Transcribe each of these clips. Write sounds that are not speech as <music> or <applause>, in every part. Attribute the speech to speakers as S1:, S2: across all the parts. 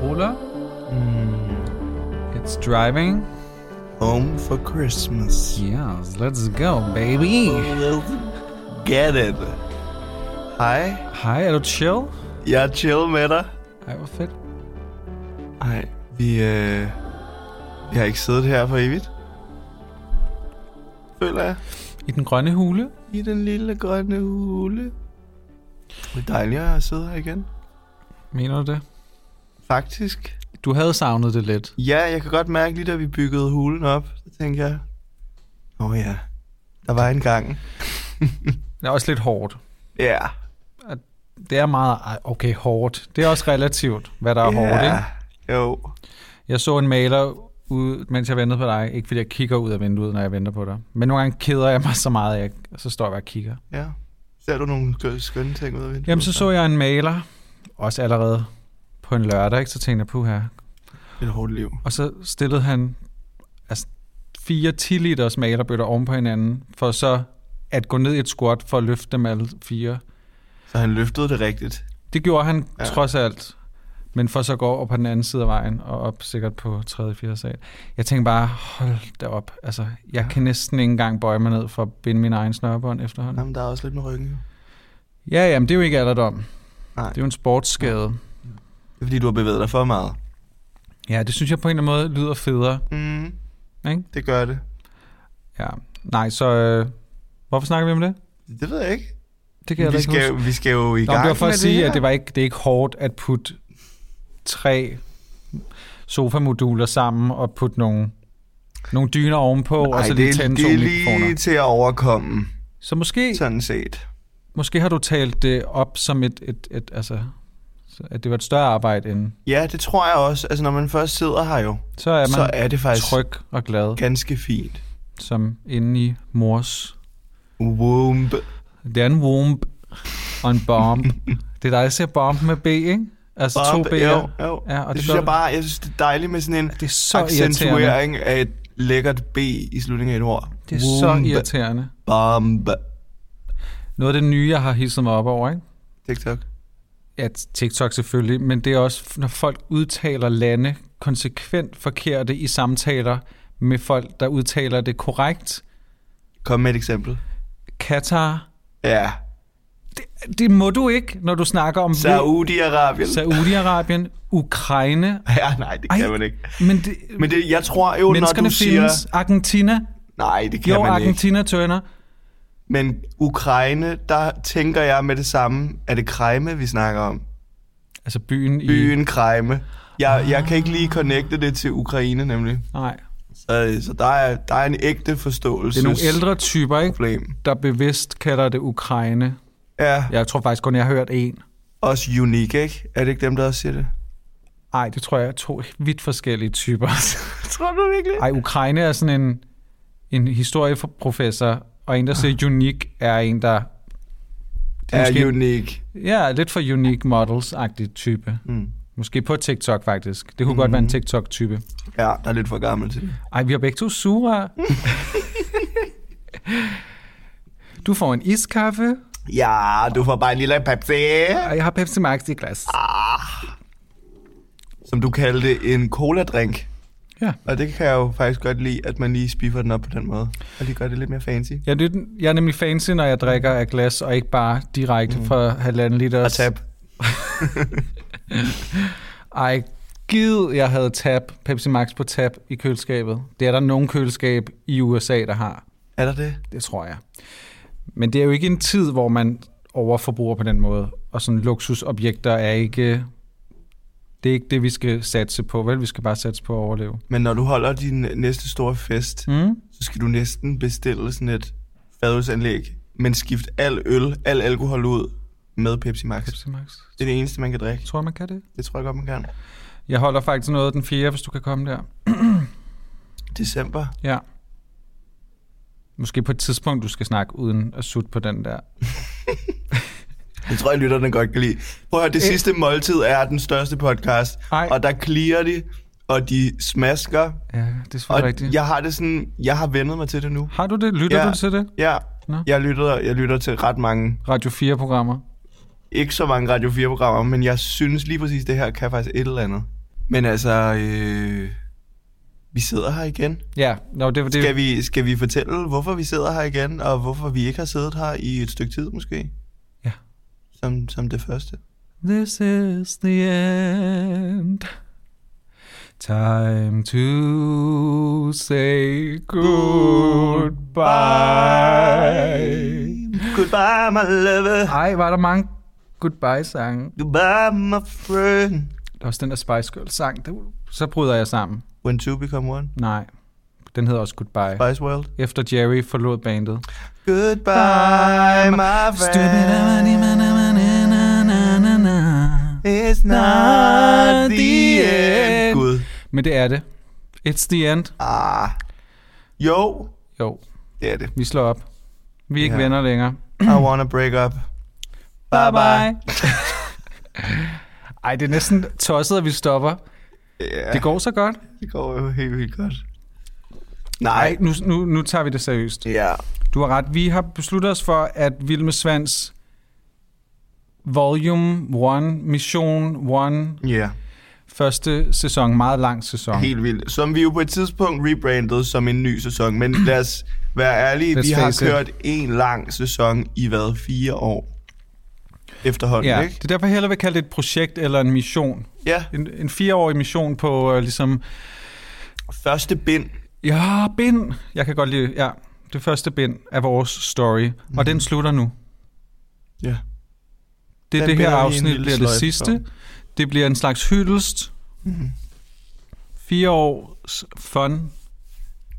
S1: Cola. Mm, It's driving.
S2: Home for Christmas.
S1: Yes, let's go, baby.
S2: Let's get it. Hej,
S1: Hej, er du chill?
S2: jeg er chill med dig.
S1: Ej, hvor fedt.
S2: Ej, vi, øh, vi har ikke siddet her for evigt. Føler jeg.
S1: I den grønne hule.
S2: I den lille grønne hule. Det er dejligt at sidde her igen.
S1: Mener du det?
S2: Faktisk.
S1: Du havde savnet det lidt.
S2: Ja, jeg kan godt mærke lige da vi byggede hulen op, så tænkte jeg, åh oh ja, der var en gang.
S1: Det er også lidt hårdt.
S2: Ja.
S1: Det er meget, ej, okay, hårdt. Det er også relativt, hvad der er hårdt, ikke?
S2: Jo.
S1: Jeg så en maler, ud, mens jeg ventede på dig. Ikke fordi jeg kigger ud af vinduet, når jeg venter på dig. Men nogle gange keder jeg mig så meget, at jeg, så står jeg bare og kigger.
S2: Ja. Ser du nogle skø- skønne ting ud af vinduet?
S1: Jamen, så så jeg en maler, også allerede på en lørdag, ikke? så tænkte jeg, puha.
S2: Et hårdt liv.
S1: Og så stillede han altså, fire 10 liters malerbøtter oven på hinanden, for så at gå ned i et squat for at løfte dem alle fire.
S2: Så han løftede det rigtigt.
S1: Det gjorde han ja.
S2: Ja.
S1: trods alt, men for så at gå over på den anden side af vejen, og op sikkert på 3. og 4. sal. Jeg tænkte bare, hold da op, altså, jeg ja. kan næsten ikke engang bøje mig ned for at binde min egen snørbånd efterhånden.
S2: Jamen, der er også lidt med ryggen. jo.
S1: Ja, jamen, det er jo ikke alderdom.
S2: Nej.
S1: Det er jo en sportsskade.
S2: Det er fordi, du har bevæget dig for meget.
S1: Ja, det synes jeg på en eller anden måde lyder federe.
S2: Mm.
S1: Ikke?
S2: Det gør det.
S1: Ja. Nej, så øh, hvorfor snakker vi om det?
S2: Det ved jeg ikke.
S1: Det kan jeg da
S2: Vi
S1: ikke
S2: skal,
S1: huske.
S2: jo, vi skal jo i
S1: Nå,
S2: gang
S1: men det var for
S2: med
S1: at sige,
S2: her.
S1: at det, var ikke, det er ikke hårdt at putte tre sofamoduler sammen og putte nogle, nogle dyner ovenpå, Ej, og
S2: Ej,
S1: så
S2: det,
S1: lige
S2: er,
S1: tænde
S2: det
S1: to
S2: er
S1: mikrofoner.
S2: lige til at overkomme,
S1: Så måske, så.
S2: sådan set.
S1: måske har du talt det op som et, et, et altså, så at det var et større arbejde end...
S2: Ja, det tror jeg også. Altså, når man først sidder her jo,
S1: Så er man
S2: så er det faktisk
S1: tryg og glad,
S2: ganske fint.
S1: som inde i mors...
S2: Womb.
S1: Det er en womb og en bomb. det er dig, der siger bomb med B, ikke? Altså bomb, to B'er.
S2: Jo, jo.
S1: Ja, og det
S2: det, det
S1: gør
S2: synes jeg
S1: du.
S2: bare, jeg synes, det er dejligt med sådan en
S1: Det er så irriterende.
S2: accentuering af et lækkert B i slutningen af et ord.
S1: Det er så
S2: Womb.
S1: irriterende.
S2: Bomb.
S1: Noget af det nye, jeg har hisset mig op over, ikke?
S2: TikTok.
S1: Ja, TikTok selvfølgelig, men det er også, når folk udtaler lande konsekvent forkerte i samtaler med folk, der udtaler det korrekt.
S2: Kom med et eksempel.
S1: Katar,
S2: Ja.
S1: det må du ikke, når du snakker om
S2: Saudi-Arabien.
S1: Saudi-Arabien, Ukraine.
S2: <laughs> Ja, nej, det kan
S1: Ej.
S2: man ikke.
S1: Men det,
S2: Men det, jeg tror jo, når
S1: menneskerne
S2: du siger...
S1: findes. Argentina.
S2: Nej, det kan
S1: Jo,
S2: man ikke.
S1: Argentina tønder.
S2: Men Ukraine, der tænker jeg med det samme. Er det Krejme, vi snakker om?
S1: Altså byen, i...
S2: Byen Krejme. Jeg,
S1: Ah.
S2: jeg kan ikke lige connecte det til Ukraine, nemlig.
S1: Nej.
S2: Så, så der, er, der er en ægte forståelse.
S1: Det er nogle ældre typer, ikke?
S2: Problem.
S1: der bevidst kalder det Ukraine.
S2: Ja,
S1: Jeg tror faktisk kun, jeg har hørt en.
S2: også unik, ikke? Er det ikke dem, der også siger det?
S1: Ej, det tror jeg er to vidt forskellige typer.
S2: Tror du virkelig?
S1: Ej, Ukraine er sådan en, en historieprofessor, og en, der siger unik, er en, der... Det Ah. er
S2: Er
S1: måske,
S2: unik.
S1: ja, lidt for unique models-agtig type.
S2: Mm.
S1: Måske på TikTok, faktisk. Det kunne mm-hmm. godt være en TikTok-type.
S2: Ja, der er lidt for gammel til det.
S1: Ej, vi har begge to <laughs> sure. du får en iskaffe,
S2: Ja, du får bare en lille Pepsi.
S1: og jeg har Pepsi Max i et glas.
S2: Som du kaldte en cola-drink.
S1: Ja.
S2: Og det kan jeg jo faktisk godt lide, at man lige spiffer den op på den måde. Og lige gør det lidt mere fancy.
S1: Ja, det, er den- jeg er nemlig fancy, når jeg drikker af glas, og ikke bare direkte mm. fra halvanden liter.
S2: Og tab.
S1: Ej, gid, jeg havde tab, Pepsi Max på tab i køleskabet. Det er der nogen køleskab i USA, der har.
S2: Er der det?
S1: Det tror jeg. Men det er jo ikke en tid, hvor man overforbruger på den måde. Og sådan luksusobjekter er ikke... Det er ikke det, vi skal satse på, vel? Vi skal bare satse på at overleve.
S2: Men når du holder din næste store fest,
S1: Mm?
S2: så skal du næsten bestille sådan et fadølsanlæg, men skift al øl, al alkohol ud med Pepsi Max.
S1: Pepsi Max.
S2: Det er det eneste, man kan drikke.
S1: Tror jeg, man kan det?
S2: Det tror jeg godt, man kan.
S1: Jeg holder faktisk noget af den fjerde, hvis du kan komme der.
S2: December.
S1: Ja. Måske på et tidspunkt, du skal snakke uden at sutte på den der.
S2: Det tror jeg, lytterne godt kan lide. Prøv at høre, det
S1: Øh.
S2: sidste måltid er den største podcast,
S1: Ej.
S2: og der clearer de, og de smasker.
S1: Ja, det er selvfølgelig
S2: Og
S1: rigtigt. Ja.
S2: jeg har det sådan, jeg har vendet mig til det nu.
S1: Har du det? Lytter ja.
S2: Ja.
S1: du til det?
S2: Ja,
S1: Nå.
S2: jeg lytter, jeg lytter til ret mange,
S1: Radio 4-programmer.
S2: ikke så mange Radio 4-programmer, men jeg synes lige præcis, det her kan faktisk et eller andet. Men altså, øh, vi sidder her igen.
S1: Ja, no, det var det.
S2: Skal vi, skal vi fortælle, hvorfor vi sidder her igen, og hvorfor vi ikke har siddet her i et stykke tid måske?
S1: Ja.
S2: Som, som det første.
S1: This is the end. Time to say goodbye.
S2: Goodbye, my lover.
S1: Ej, var der mange goodbye-sange.
S2: Goodbye, my friend.
S1: Der er også den der Spice Girls-sang. det- Så bryder jeg sammen.
S2: When two become one.
S1: Nej, den hedder også Goodbye.
S2: Spice World.
S1: Efter Jerry forlod bandet.
S2: Goodbye, my friend. It's not the end. Gud.
S1: Men det er det. It's the end.
S2: Ah. Jo,
S1: Jo,
S2: det er det.
S1: vi slår op. Vi er ikke
S2: Ja.
S1: venner længere.
S2: <clears throat> I wanna break up. Bye bye.
S1: <laughs> Ej, det er næsten tosset, at vi stopper.
S2: Ja,
S1: Det går så godt.
S2: det går jo helt vildt godt.
S1: Ej,
S2: Nej.
S1: nu, nu, nu tager vi det seriøst.
S2: Ja.
S1: Du har ret. Vi har besluttet os for, at Vilme Svans Volume 1, Mission 1,
S2: Ja,
S1: første sæson, meget lang sæson.
S2: helt vildt. Som vi jo på et tidspunkt rebrandede som en ny sæson, men lad os være ærlige,
S1: Let's
S2: vi har
S1: face it.
S2: kørt en lang sæson i hvad, fire år efterhånden,
S1: Ja,
S2: ja.
S1: det
S2: ikke?
S1: er derfor jeg hellere vil kalde det et projekt eller en mission.
S2: Ja,
S1: En, en fireårig mission på øh, ligesom,
S2: første bind.
S1: ja, bind. Jeg kan godt lide, ja, det første bind af vores story. Mm. Og den slutter nu.
S2: Mhm. Ja.
S1: Det,
S2: Den
S1: det her
S2: binder vi en
S1: afsnit
S2: lille
S1: bliver det
S2: sløjfe Mhm.
S1: sidste. Det bliver en slags hyldest. Fire års fun,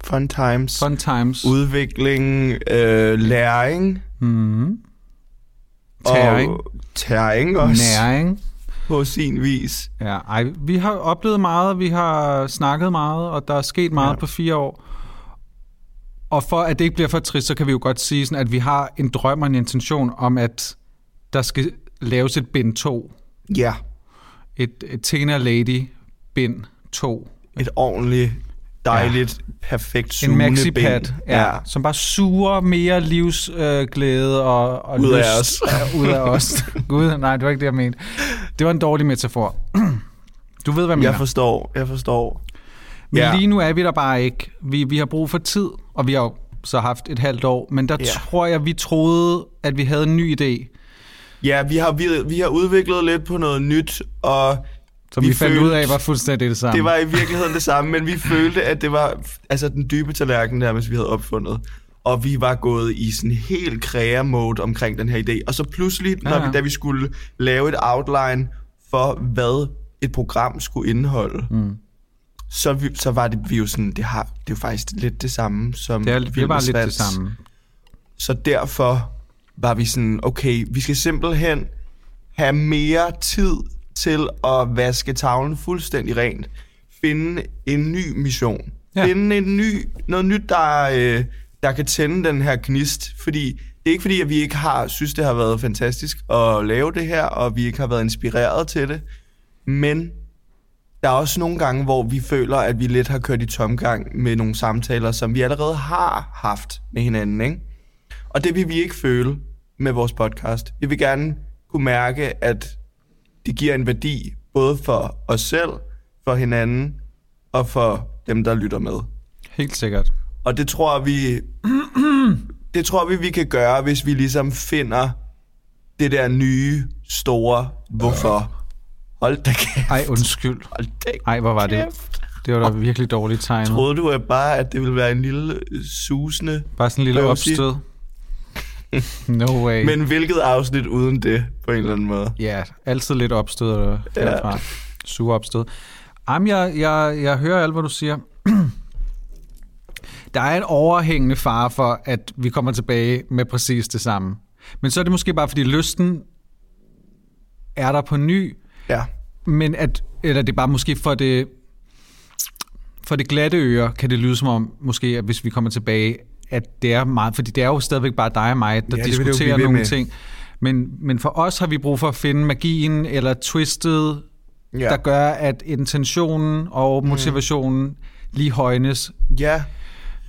S2: Fun times.
S1: fun times.
S2: Udvikling, øh, læring.
S1: Mm. Tæring.
S2: Og tæring også,
S1: Næring.
S2: på sin vis.
S1: Ja, ej, vi har oplevet meget, vi har snakket meget, og der er sket meget
S2: Ja.
S1: ja. på fire år. Og for at det ikke bliver for trist, så kan vi jo godt sige, sådan, at vi har en drøm og en intention om, at der skal laves et bind 2.
S2: Ja.
S1: Et, et Tena Lady bind 2.
S2: Et ordentligt, dejligt, ja. perfekt
S1: En
S2: sugende
S1: maxipad,
S2: bind.
S1: ja, ja. som bare suger mere livsglæde øh, glæde og, og
S2: Ud af
S1: lyst
S2: os.
S1: ja, ud af
S2: <laughs>
S1: os. Gud, nej, det var ikke det, jeg mente. Det var en dårlig metafor. <clears throat> Du ved, hvad jeg mener.
S2: Jeg forstår, jeg forstår.
S1: Men
S2: Ja.
S1: ja. lige nu er vi der bare ikke. Vi, vi har brug for tid, og vi har jo så haft et halvt år, men der
S2: Ja.
S1: ja. tror jeg, vi troede, at vi havde en ny idé,
S2: Ja, vi har, vi, vi har udviklet lidt på noget nyt, og
S1: som
S2: Vi
S1: vi, vi fandt
S2: følte-
S1: ud af var fuldstændig det samme.
S2: det var i virkeligheden det samme, men vi følte, at det var altså den dybe tallerken nærmest, vi havde opfundet. Og vi var gået i sådan helt kræa-mode omkring den her idé. Og så pludselig, når
S1: Ja, ja.
S2: Vi, da vi skulle lave et outline for, hvad et program skulle indeholde, mm. så, vi, så var det vi jo sådan, det, har, det er jo faktisk lidt det samme som
S1: det, er,
S2: Vild
S1: det
S2: med
S1: var lidt det
S2: Svans.
S1: samme.
S2: Så derfor var vi sådan, okay, vi skal simpelthen have mere tid til at vaske tavlen fuldstændig rent. Finde en ny mission. Ja.
S1: Ja.
S2: Finde en ny, noget nyt, der, øh, der kan tænde den her gnist. Fordi det er ikke fordi, at vi ikke har synes, det har været fantastisk at lave det her, og vi ikke har været inspireret til det. Men der er også nogle gange, hvor vi føler, at vi lidt har kørt i tomgang med nogle samtaler, som vi allerede har haft med hinanden, ikke? Og det vil vi ikke føle med vores podcast. Vi vil gerne kunne mærke, at det giver en værdi både for os selv, for hinanden og for dem, der lytter med.
S1: Helt sikkert.
S2: Og det tror vi, <clears throat> det tror vi, vi kan gøre, hvis vi ligesom finder det der nye, store hvorfor. Hold da kæft.
S1: Ej, undskyld.
S2: Hold da
S1: Ej, hvor var det?
S2: kæft.
S1: Det var da virkelig dårligt tegnet.
S2: Troede du at bare, at det ville være en lille øh, susende?
S1: Bare sådan en lille
S2: Prøv at sige-
S1: opstød. No way. Men...
S2: <laughs> Men hvilket afsnit uden det, på en eller anden måde?
S1: Ja, altid lidt opstød øh,
S2: Ja.
S1: derfra. Sure opstød. Jamen, jeg, jeg, jeg hører alt, hvad du siger. <clears throat> Der er en overhængende fare for, at vi kommer tilbage med præcis det samme. Men så er det måske bare, fordi lysten er der på ny,
S2: Ja.
S1: men at, eller det er bare måske for det, for det glatte øre, kan det lyde som om, måske, at hvis vi kommer tilbage, at det er meget, fordi det er jo stadigvæk bare dig og mig, der
S2: Ja,
S1: ja,
S2: det vil det jo blive
S1: diskuterer
S2: ved
S1: nogle
S2: med.
S1: ting. Men, men for os har vi brug for at finde magien eller twistet, ja. der gør, at intentionen og motivationen lige højnes
S2: Ja,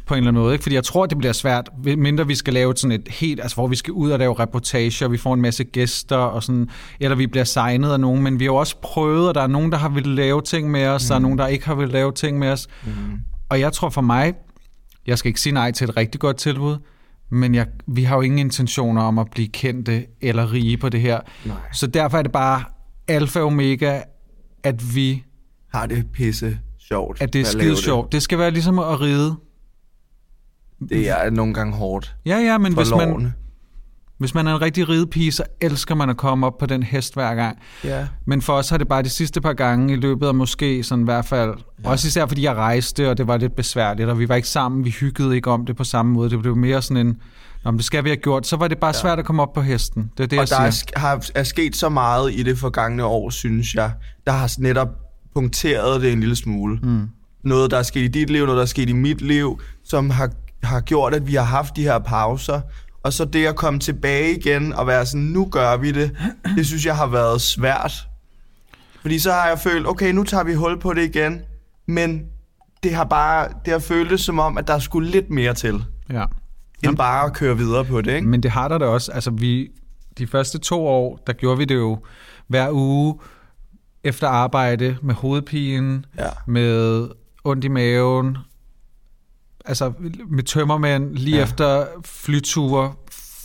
S1: på en eller anden måde. Ikke? Fordi jeg tror, det bliver svært, mindre vi skal lave sådan et helt, altså hvor vi skal ud og lave reportager, vi får en masse gæster, og sådan, eller vi bliver signet af nogen, men vi har jo også prøvet, og der er nogen, der har ville lave ting med os, mm. der er nogen, der ikke har ville lave ting med os. Mm. Og jeg tror for mig, jeg skal ikke sige nej til et rigtig godt tilbud, men jeg, vi har jo ingen intentioner om at blive kendte eller rige på det her.
S2: Nej.
S1: Så derfor er det bare alfa og omega, at vi
S2: Har det pisse sjovt.
S1: at det er
S2: med at lave
S1: skide sjovt. Det skal være ligesom at ride.
S2: Det. det er nogle gange hårdt
S1: Ja, ja, men
S2: for
S1: hvis man,
S2: lovene.
S1: hvis man er en rigtig ridepige, så elsker man at komme op på den hest hver gang.
S2: Ja.
S1: Men for os har det bare de sidste par gange i løbet af måske sådan i hvert fald, ja. også især fordi jeg rejste, og det var lidt besværligt, og vi var ikke sammen, vi hyggede ikke om det på samme måde. Det blev mere sådan en, om det skal vi have gjort, så var det bare ja. svært at komme op på hesten. Det er det,
S2: Og
S1: jeg
S2: der
S1: siger.
S2: er, sk- har, er sket så meget i det forgangne år, synes jeg, der har netop punkteret det en lille smule. Mm. Noget, der er sket i dit liv, noget, der er sket i mit liv, som har, har gjort, at vi har haft de her pauser. Og så det at komme tilbage igen og være sådan, nu gør vi det, <clears throat> det synes jeg har været svært. Fordi så har jeg følt, okay, nu tager vi hul på det igen, men det har bare, det har føltes som om, at der skulle lidt mere til,
S1: Ja.
S2: end bare at køre videre på det, ikke?
S1: Men det har der da også. Altså, vi, de første to år, der gjorde vi det jo hver uge efter arbejde med hovedpinen,
S2: Ja.
S1: med ondt i maven, altså med tømmermænd, lige ja. efter flyture,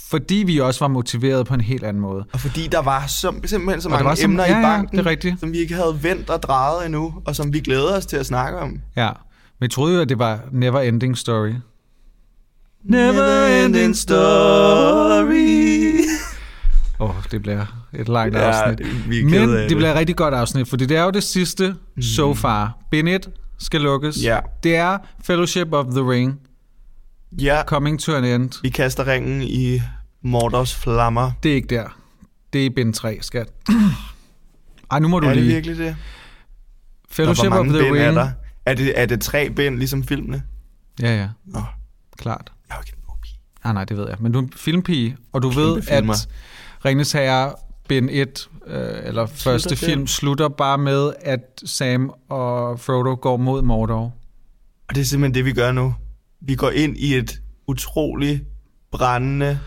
S1: fordi vi også var motiveret på en helt anden måde.
S2: Og fordi der var så, simpelthen så
S1: der var
S2: mange
S1: så-
S2: emner
S1: ja,
S2: i
S1: ja,
S2: banken,
S1: det er rigtigt.
S2: som vi ikke havde vendt og drejet endnu, og som vi glæder os til at snakke om.
S1: Ja. Men jeg troede jo, at det var never ending story.
S2: Never ending story.
S1: Åh, oh, det bliver et langt
S2: Ja,
S1: afsnit.
S2: det- vi er kede
S1: Men
S2: af
S1: det,
S2: det. Mhm.
S1: bliver et rigtig godt afsnit, fordi det er jo det sidste mm. so far. Bennett skal lukkes.
S2: Ja.
S1: Det er Fellowship of the Ring.
S2: Ja,
S1: Coming to an end.
S2: vi kaster ringen i Mordors flammer.
S1: Det er ikke der. Det er i bind 3, skat. Ej, nu må du
S2: Er det
S1: lige.
S2: virkelig det? Og
S1: Fellowship
S2: hvor
S1: of
S2: mange
S1: the
S2: bind er
S1: Ring.
S2: der? Er det, er det tre bind, ligesom filmene?
S1: Ja, ja.
S2: Nå,
S1: Klart.
S2: jeg er jo ikke en god pige.
S1: Ah, nej, det ved jeg. Men du er en filmpige, og du ved,
S2: filmer.
S1: at Ringnes Herre, bind 1, øh, eller første
S2: der?
S1: film, slutter bare med, at Sam og Frodo går mod Mordor.
S2: Og det er simpelthen det, vi gør nu. Vi går ind i et utroligt brændende,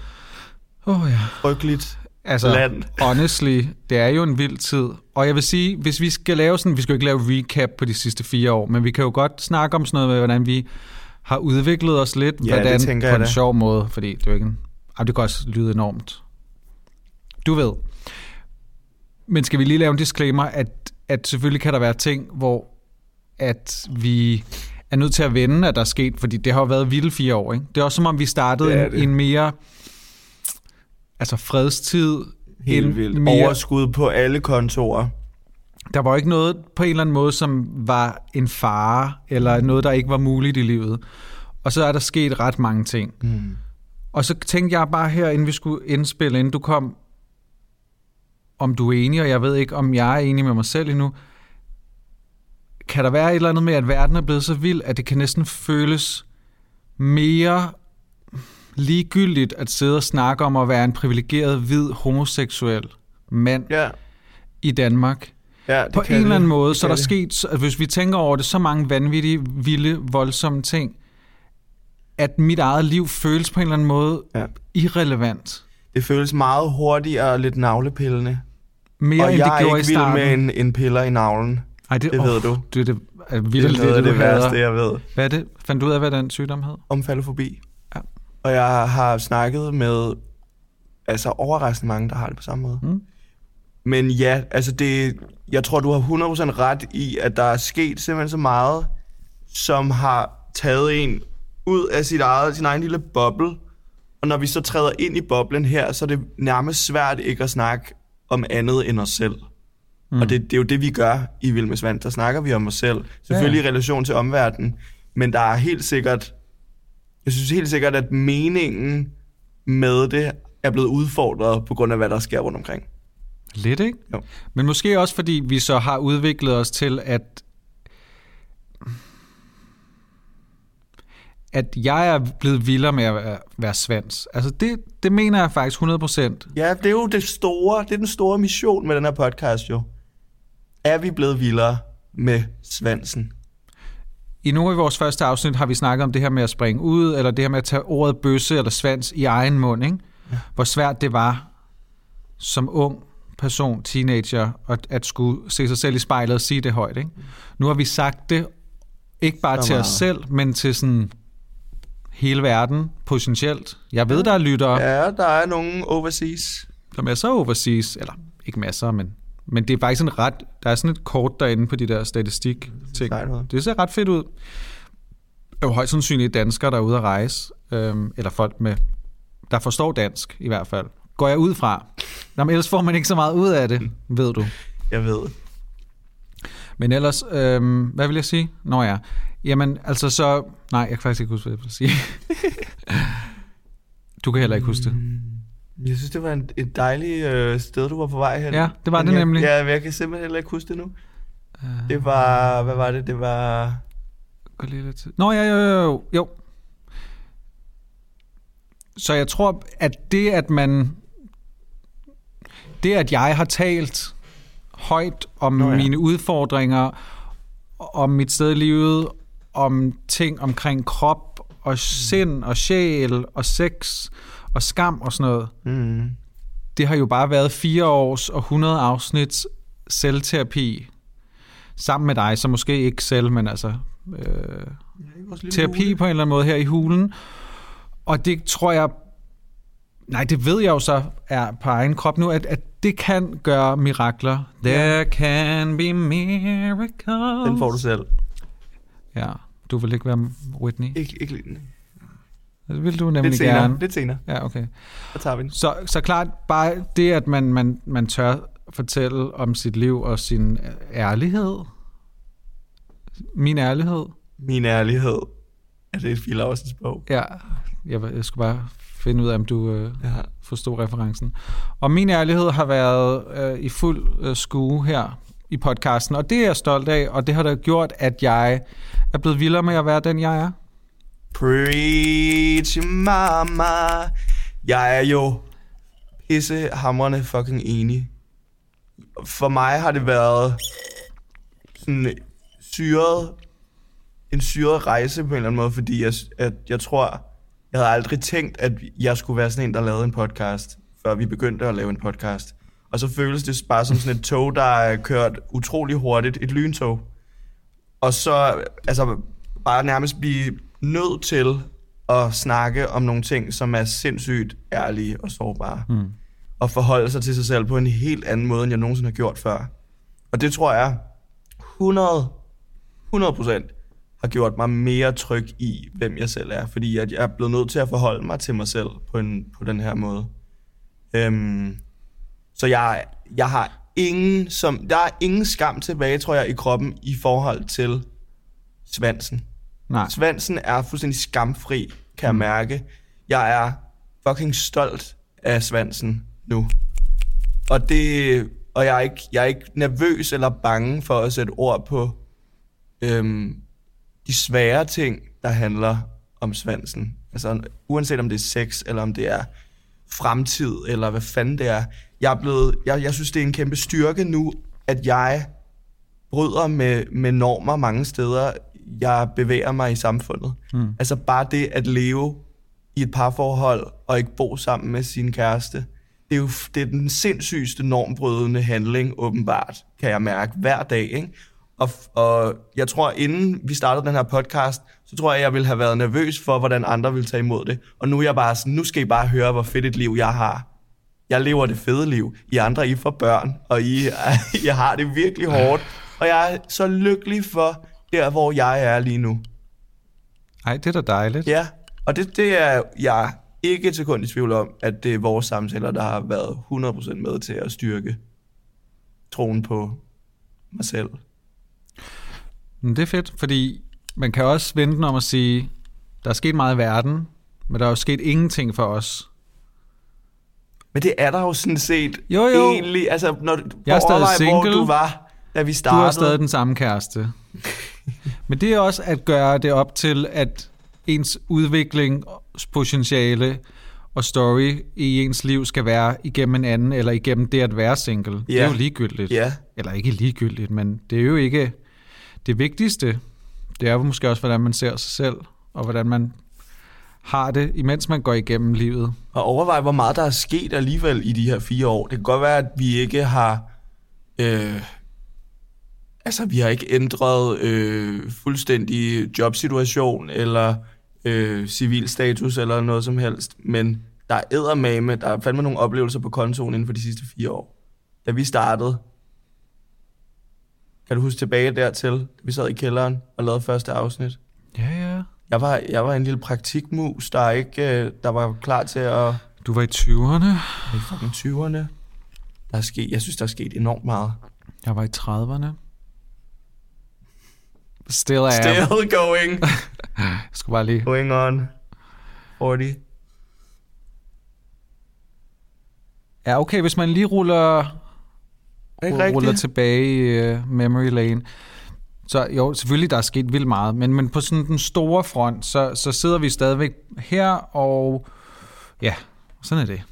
S1: Åh oh, ja.
S2: frygteligt
S1: Altså,
S2: Land.
S1: honestly, det er jo en vild tid. Og jeg vil sige, hvis vi skal lave sådan, vi skal jo ikke lave recap på de sidste fire år, men vi kan jo godt snakke om sådan noget med, hvordan vi har udviklet os lidt,
S2: Ja, det
S1: hvordan,
S2: tænker
S1: på
S2: jeg
S1: en
S2: da.
S1: sjov måde, fordi det er jo ikke en, Ej, det kan også lyde enormt. Du ved. Men skal vi lige lave en disclaimer, at, at selvfølgelig kan der være ting, hvor at vi er nødt til at vende, at der er sket, fordi det har jo været vilde fire år. Ikke? Det er også som om, vi startede
S2: Det er
S1: en,
S2: det.
S1: en mere altså fredstid. en
S2: helt vildt.
S1: mere-
S2: Overskud på alle kontorer.
S1: Der var jo ikke noget på en eller anden måde, som var en fare, eller noget, der ikke var muligt i livet. Og så er der sket ret mange ting.
S2: Mm.
S1: Og så tænkte jeg bare her, inden vi skulle indspille, inden du kom, om du er enig, og jeg ved ikke, om jeg er enig med mig selv endnu. Kan der være et eller andet med, at verden er blevet så vild, at det kan næsten føles mere ligegyldigt at sidde og snakke om at være en privilegeret, hvid, homoseksuel mand
S2: Ja,
S1: i Danmark?
S2: ja det
S1: på
S2: kan
S1: en eller anden
S2: det.
S1: måde,
S2: Det
S1: så er der
S2: kan det.
S1: sket, så- at hvis vi tænker over det, så mange vanvittige, vilde, voldsomme ting, at mit eget liv føles på en eller anden måde
S2: Ja.
S1: irrelevant.
S2: Det føles meget hurtigt og lidt navlepillende.
S1: Mere
S2: og
S1: end det
S2: jeg er
S1: gjorde i
S2: ikke vild
S1: starten.
S2: med en, en piller i navlen.
S1: Ej, det,
S2: det ved du.
S1: Det, det, er vildt,
S2: Det er noget af
S1: du
S2: det
S1: hader.
S2: værste, jeg ved.
S1: Hvad er det? Fandt du ud af, hvad den sygdom hed?
S2: Om falofobi.
S1: Ja.
S2: Og jeg har snakket med altså overraskende mange, der har det på samme måde.
S1: Mm.
S2: Men ja, altså det, jeg tror, du har 100% ret i, at der er sket simpelthen så meget, som har taget en ud af sit eget, sin egen lille boble. Og når vi så træder ind i boblen her, så er det nærmest svært ikke at snakke om andet end os selv. Mm. Og det, det er jo det, vi gør i Vild med Svand. Der snakker vi om os selv. Selvfølgelig i relation til omverdenen. Men der er helt sikkert... Jeg synes helt sikkert, at meningen med det er blevet udfordret på grund af, hvad der sker rundt omkring.
S1: Lidt, ikke?
S2: Jo.
S1: Men måske også, fordi vi så har udviklet os til, at at jeg er blevet vildere med at være, være svans. Altså, det, det mener jeg faktisk 100 procent.
S2: Ja, det er jo det store, det er den store mission med den her podcast jo. Er vi blevet vildere med Svansen?
S1: I nogle af vores første afsnit har vi snakket om det her med at springe ud, eller det her med at tage ordet bøsse eller svans i egen mund, ikke? Hvor svært det var som ung person, teenager, at, at skulle se sig selv i spejlet og sige det højt, ikke? Nu har vi sagt det, ikke bare
S2: Så
S1: til
S2: meget.
S1: os selv, men til sådan hele verden, potentielt. Jeg ved, der er lyttere,
S2: Ja, der er nogen overseas.
S1: der er masser af overseas, eller ikke masser, men, men det er faktisk en ret, der er sådan et kort derinde på de der statistik ting.
S2: Sejt, hva'?
S1: Det ser ret fedt ud. Der er jo højst sandsynligt danskere, der er ude at rejse, øhm, eller folk med, der forstår dansk i hvert fald. Går jeg ud fra? Jamen, ellers får man ikke så meget ud af det, ved du.
S2: Jeg ved.
S1: Men ellers, øhm, hvad vil jeg sige? Nå ja, jamen altså så... Nej, jeg kan faktisk ikke huske, hvad jeg ville sige. <laughs> du kan heller ikke huske det.
S2: Mm. Jeg synes, det var en, et dejligt øh, sted, du var på vej hen.
S1: Ja, det var
S2: Men
S1: det
S2: jeg,
S1: nemlig.
S2: Ja, men jeg kan simpelthen heller ikke huske det nu.
S1: Øh.
S2: Det var, hvad var det? Det var,
S1: Gå lige lidt til. Nå, ja, jo, jo, jo, jo. Så jeg tror, at det, at man... Det, at jeg har talt højt om Nå,
S2: Nå
S1: ja.
S2: ja.
S1: mine udfordringer, om mit sted i livet, om ting omkring krop
S2: Mm.
S1: og sind og sjæl og sex og skam og sådan noget,
S2: mm,
S1: det har jo bare været fire års og 100 afsnits selvterapi sammen med dig, så måske ikke selv, men altså... Øh, terapi på en eller anden måde her i hulen. Og det tror jeg, nej, det ved jeg jo så er på egen krop nu, at, at det kan gøre mirakler. There can be miracles.
S2: Den får du selv.
S1: Ja, du vil ikke være Whitney.
S2: Ikke, ikke lige den.
S1: Det vil du nemlig
S2: Lidt senere.
S1: gerne.
S2: Lidt senere.
S1: Ja, okay.
S2: Så tager vi den.
S1: Så, så klart, bare det, at man, man, man tør fortælle om sit liv og sin ærlighed. Min ærlighed.
S2: Min ærlighed. Er det et Fie Larsens bog?
S1: Ja, jeg, jeg skulle bare finde ud af, om du... Øh,
S2: Ja.
S1: forstod referencen. Og min ærlighed har været øh, i fuld øh, skue her i podcasten, og det er jeg stolt af, og det har da gjort, at jeg er blevet vildere med at være den, jeg er.
S2: Preach, mama. Jeg er jo pissehamrende fucking enig. For mig har det været sådan syret, en syret rejse på en eller anden måde, fordi jeg, at jeg tror, jeg havde aldrig tænkt, at jeg skulle være sådan en, der lavede en podcast, før vi begyndte at lave en podcast. Og så føles det bare som sådan et tog, der er kørt utrolig hurtigt, et lyntog. Og så altså, bare nærmest blive nødt til at snakke om nogle ting, som er sindssygt ærlige og sårbare. Mm. Og forholde sig til sig selv på en helt anden måde, end jeg nogensinde har gjort før. Og det tror jeg 100, 100 procent har gjort mig mere tryg i, hvem jeg selv er. Fordi at jeg er blevet nødt til at forholde mig til mig selv på, en, på den her måde. Øhm, så jeg, jeg har ingen som, der er ingen skam tilbage, tror jeg, i kroppen i forhold til svansen.
S1: Nej,
S2: Svansen er fuldstændig skamfri, kan jeg mærke. Jeg er fucking stolt af svansen nu. Og det og jeg er ikke jeg er ikke nervøs eller bange for at sætte ord på øhm, de svære ting, der handler om svansen. Altså uanset om det er sex eller om det er fremtid eller hvad fanden det er. Jeg er blevet jeg, jeg synes det er en kæmpe styrke nu at jeg bryder med, med normer mange steder, jeg bevæger mig i samfundet. Mm. Altså bare det at leve i et parforhold og ikke bo sammen med sin kæreste, det er jo f- det er den sindssygeste normbrydende handling, åbenbart, kan jeg mærke hver dag. Ikke? Og, f- og jeg tror, inden vi startede den her podcast, så tror jeg, jeg ville have været nervøs for, hvordan andre ville tage imod det. Og nu er jeg bare sådan, nu skal I bare høre, hvor fedt et liv jeg har. Jeg lever det fede liv. I andre, I får børn, og I, <laughs> I har det virkelig hårdt. Og jeg er så lykkelig for der, hvor jeg er lige nu.
S1: Ej, det er da dejligt.
S2: Ja, og det, det er jeg ikke et sekund i tvivl om, at det er vores samtaler, der har været 100% med til at styrke troen på mig selv.
S1: Men det er fedt, fordi man kan også vente den om at sige, der er sket meget i verden, men der er jo sket ingenting for os.
S2: Men det er der jo sådan set
S1: Jo, jo.
S2: egentlig. Altså, når du
S1: Jeg er stadig
S2: overvej,
S1: single.
S2: hvor du var, da vi
S1: Du
S2: startede.
S1: har stadig den samme kæreste. <laughs> Men det er også at gøre det op til, at ens udvikling, potentiale og story i ens liv skal være igennem en anden, eller igennem det at være single. Yeah. Det er
S2: Ja.
S1: jo ligegyldigt.
S2: Ja,
S1: Eller ikke ligegyldigt, men det er jo ikke det vigtigste. det er jo måske også, hvordan man ser sig selv, og hvordan man har det, imens man går igennem livet.
S2: Og overvej, hvor meget der er sket alligevel i de her fire år. Det kan godt være, at vi ikke har... Øh, altså, vi har ikke ændret øh, fuldstændig jobsituation, eller øh, civilstatus, eller noget som helst. Men der er eddermame, der er fandme nogle oplevelser på kontoen inden for de sidste fire år. Da vi startede, kan du huske tilbage dertil, da vi sad i kælderen og lavede første afsnit?
S1: Ja, ja.
S2: Jeg var, jeg var en lille praktikmus, der, ikke, øh, der var klar til at...
S1: Du var i 20'erne,
S2: I fucking 20'erne. Der er sket, jeg synes, der er sket enormt meget.
S1: jeg var i 30'erne. Still am. Still.
S2: Still
S1: <laughs>
S2: going,
S1: Jeg skulle bare lige...
S2: going on. 40.
S1: Ja, okay, hvis man lige ruller
S2: Ikke
S1: ruller
S2: rigtigt?
S1: tilbage i uh, memory lane. Så jo, selvfølgelig der er sket vildt meget, men, men på sådan den store front, så, så sidder vi stadigvæk her, og ja, sådan er det.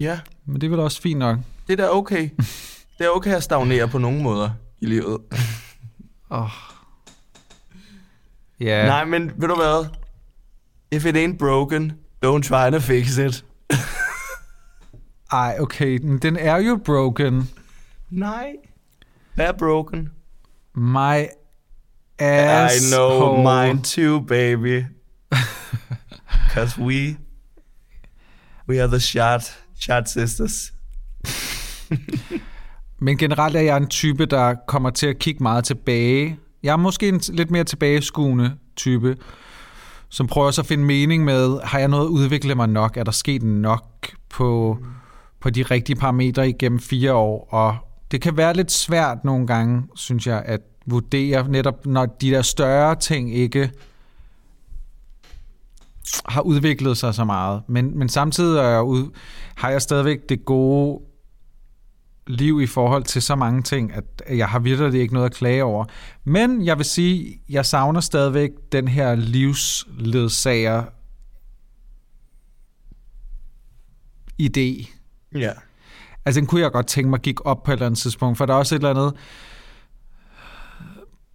S2: Ja,
S1: Men det er vel også fint nok.
S2: det er da okay. Det er okay at stagnere på nogle måder i livet.
S1: Oh.
S2: Ja.
S1: Ja,
S2: Nej, men ved du hvad? If it ain't broken, don't try to fix it.
S1: ej, okay, men den er jo broken.
S2: Nej. Hvad er broken?
S1: My ass.
S2: I know mine too,
S1: <laughs>
S2: baby. Cause we we are the shot shot sisters.
S1: Men generelt er jeg en type, der kommer til at kigge meget tilbage. Jeg er måske en t- lidt mere tilbageskuende type, som prøver så at finde mening med, har jeg noget udviklet mig nok? Er der sket nok på, på de rigtige parametre igennem fire år? Og det kan være lidt svært nogle gange, synes jeg, at vurdere netop, når de der større ting ikke har udviklet sig så meget. Men, men samtidig er jeg ud, har jeg stadigvæk det gode liv i forhold til så mange ting, at jeg har virkelig ikke noget at klage over. Men jeg vil sige, jeg savner stadigvæk den her livsledsager idé.
S2: Ja.
S1: Altså, den kunne jeg godt tænke mig gik op på et eller andet tidspunkt, for der er også et eller andet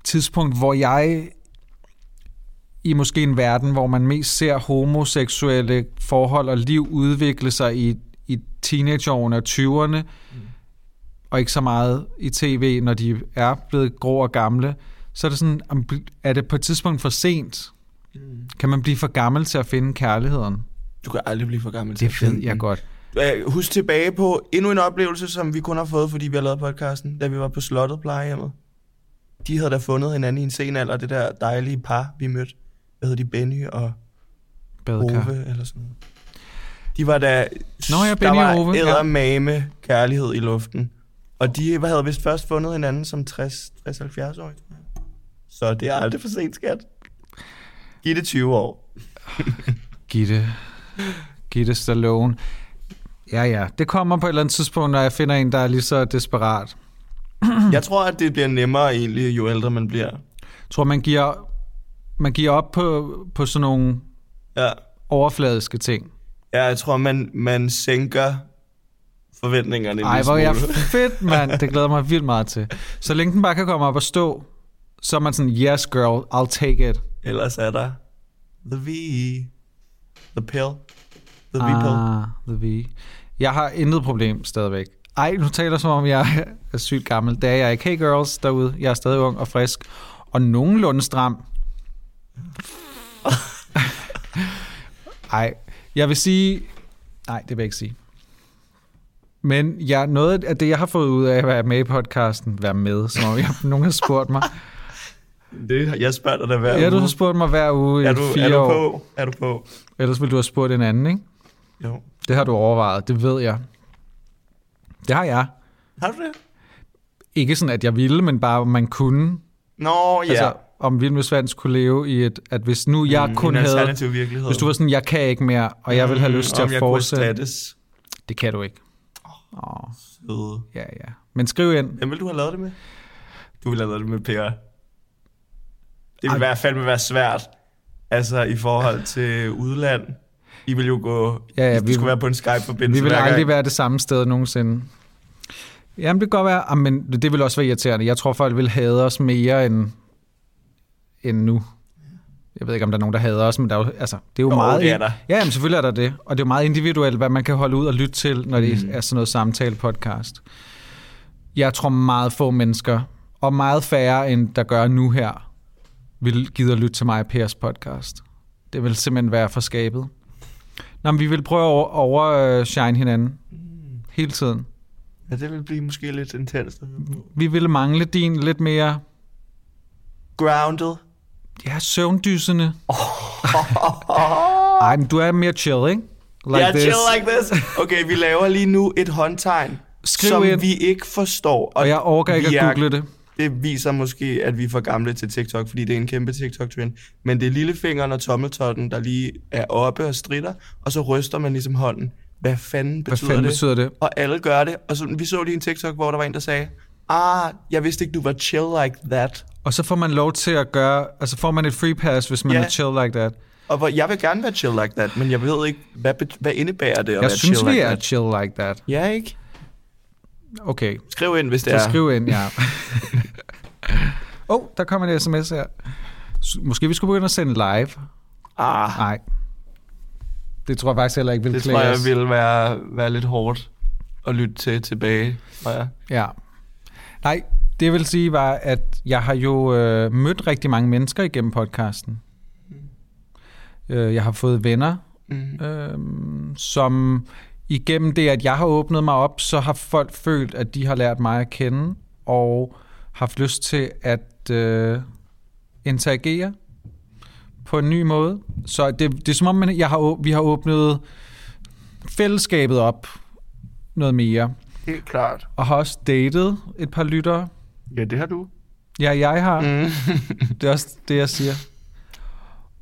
S1: tidspunkt, hvor jeg i måske en verden, hvor man mest ser homoseksuelle forhold og liv udvikle sig i, i teenageårene og 20'erne, mm. og ikke så meget i tv, når de er blevet grå og gamle, så er det sådan, om bl- er det på et tidspunkt for sent?
S2: Mm.
S1: Kan man blive for gammel til at finde kærligheden?
S2: Du kan aldrig blive for gammel til
S1: Det ved jeg
S2: den.
S1: godt.
S2: Øh, Husk tilbage på endnu en oplevelse, som vi kun har fået, fordi vi har lavet podcasten, da vi var på Slottet plejehjemmet. De havde da fundet hinanden i en sen alder, det der dejlige par, vi mødte. Hvad hed de? Benny og
S1: Badekar.
S2: Ove, eller sådan noget. De var da...
S1: Nå ja,
S2: der
S1: Benny
S2: var
S1: og Ove, ja.
S2: eddermame kærlighed i luften. Og de havde vist først fundet hinanden som 60-70 år. Så det er aldrig for sent, skat. Giv det 20 år.
S1: Gitte. Gitte Stallone. Ja, ja. Det kommer på et eller andet tidspunkt, når jeg finder en, der er lige så desperat.
S2: Jeg tror, at det bliver nemmere egentlig, jo ældre man bliver.
S1: Jeg tror, man giver, man giver op på, på sådan nogle
S2: Ja,
S1: overfladiske ting.
S2: ja jeg tror, man, man sænker forventningerne en
S1: Ej,
S2: lille
S1: hvor er jeg
S2: smule.
S1: <laughs>
S2: <laughs>
S1: fedt, mand. Det glæder mig vildt meget til. Så længe den bare kan komme op og stå, så er man sådan, yes girl, I'll take it.
S2: Ellers er der the V, the pill, the V-pill.
S1: Ah, the V. Jeg har intet problem stadigvæk. Ej, nu taler jeg, som om jeg er sygt gammel. Det er jeg ikke. Hey girls derude, jeg er stadig ung og frisk. Og nogenlunde stram. Ej, jeg vil sige... Nej, det vil jeg ikke sige. Men jeg, noget af det, jeg har fået ud af at være med i podcasten, være med, som om jeg, nogen har spurgt
S2: <laughs>
S1: mig.
S2: Det, jeg spørger dig da hver
S1: Ja, du
S2: uge.
S1: har spurgt mig hver uge i
S2: er du,
S1: fire
S2: er du
S1: år.
S2: på? Er du på?
S1: Ellers ville du have spurgt en anden, ikke?
S2: Jo.
S1: Det har du overvejet, det ved jeg. Det har jeg.
S2: Har du det?
S1: Ikke sådan, at jeg ville, men bare, om man kunne.
S2: Nå, ja.
S1: Altså, om Vilm Svans kunne leve i et... At hvis nu jeg mm, kun
S2: en
S1: havde...
S2: alternativ virkelighed. Mm,
S1: Hvis du var sådan, jeg kan ikke mere, og jeg vil have lyst til
S2: om
S1: at
S2: jeg
S1: fortsætte...
S2: Kunne erstattes.
S1: det kan du ikke. Åh, oh,
S2: Søde.
S1: ja, ja. Men skriv ind.
S2: Hvem ville du have lavet det med? Du ville have lavet det med Per. Det
S1: Ej.
S2: ville i hvert fald være svært. Altså i forhold til udland. I ville jo gå...
S1: Ja, ja,
S2: vi,
S1: vi-
S2: skulle være på en
S1: Vi
S2: Skype-forbindelse
S1: vil
S2: hver gang.
S1: aldrig være det samme sted nogensinde. Jamen, det kan godt være. ah, Men det vil også være irriterende. Jeg tror, folk vil hade os mere, end, end nu. Jeg ved ikke, om der er nogen, der hader os, men der er jo, altså, det er jo
S2: Jo,
S1: meget...
S2: det er der.
S1: Ja, jamen, selvfølgelig er der det. Og det er jo meget individuelt, hvad man kan holde ud og lytte til, når det mm. er sådan noget samtale-podcast. Jeg tror meget få mennesker, og meget færre end der gør nu her, vil gide at lytte til mig og Pers podcast. Det vil simpelthen være for skabet. Nå, men vi vil prøve at over- overshine hinanden hele tiden.
S2: Ja, det vil blive måske lidt intenst. at høre på.
S1: Vi ville mangle din lidt mere
S2: Grounded.
S1: ja, søvndysende. Ej, men du er mere chill, ikke?
S2: Like yeah, chill like this. Okay, vi laver lige nu et håndtegn,
S1: Skriv
S2: som
S1: ind.
S2: vi ikke forstår.
S1: Og jeg overgår
S2: vi
S1: ikke
S2: er-
S1: at google det.
S2: Det viser måske, at vi er for gamle til TikTok, fordi det er en kæmpe TikTok-trend. Men det er lillefingeren og tommeltotten, der lige er oppe og strider, og så ryster man ligesom hånden. Hvad fanden betyder
S1: Hvad fanden
S2: det?
S1: betyder det?
S2: Og alle gør det. Og så, vi så lige en TikTok, hvor der var en, der sagde, ah, jeg vidste ikke, du var chill like that.
S1: Og så får man lov til at gøre... Altså får man et free pass, hvis man
S2: Ja.
S1: er chill like that.
S2: Og hvor, jeg vil gerne være chill like that, men jeg ved ikke, hvad, bet- hvad indebærer det at
S1: Jeg
S2: være
S1: synes,
S2: chill
S1: vi
S2: like
S1: er
S2: that?
S1: chill like that.
S2: Ja, ikke?
S1: Okay,
S2: Skriv ind, hvis det
S1: så
S2: er.
S1: skriv ind, ja. Åh, oh, der kommer en sms her. S- Måske vi skulle begynde at sende live.
S2: Ah,
S1: Nej. Det tror jeg faktisk heller ikke vil
S2: det
S1: klæde
S2: tror jeg
S1: os.
S2: ville være, være lidt hårdt at lytte til tilbage, tror jeg.
S1: Ja. Nej, det vil sige var, at jeg har jo øh, mødt rigtig mange mennesker igennem podcasten. Øh, jeg har fået venner,
S2: Mm.
S1: øh, som igennem det, at jeg har åbnet mig op, så har folk følt, at de har lært mig at kende, og haft lyst til at øh, interagere på en ny måde. Så det, det er som om, man, jeg har, å- vi har åbnet fællesskabet op noget mere
S2: Helt klart.
S1: og har også datet et par lyttere.
S2: Ja, det har du.
S1: Ja, jeg har. Mm.
S2: <laughs> Mm.
S1: Det er også det, jeg siger.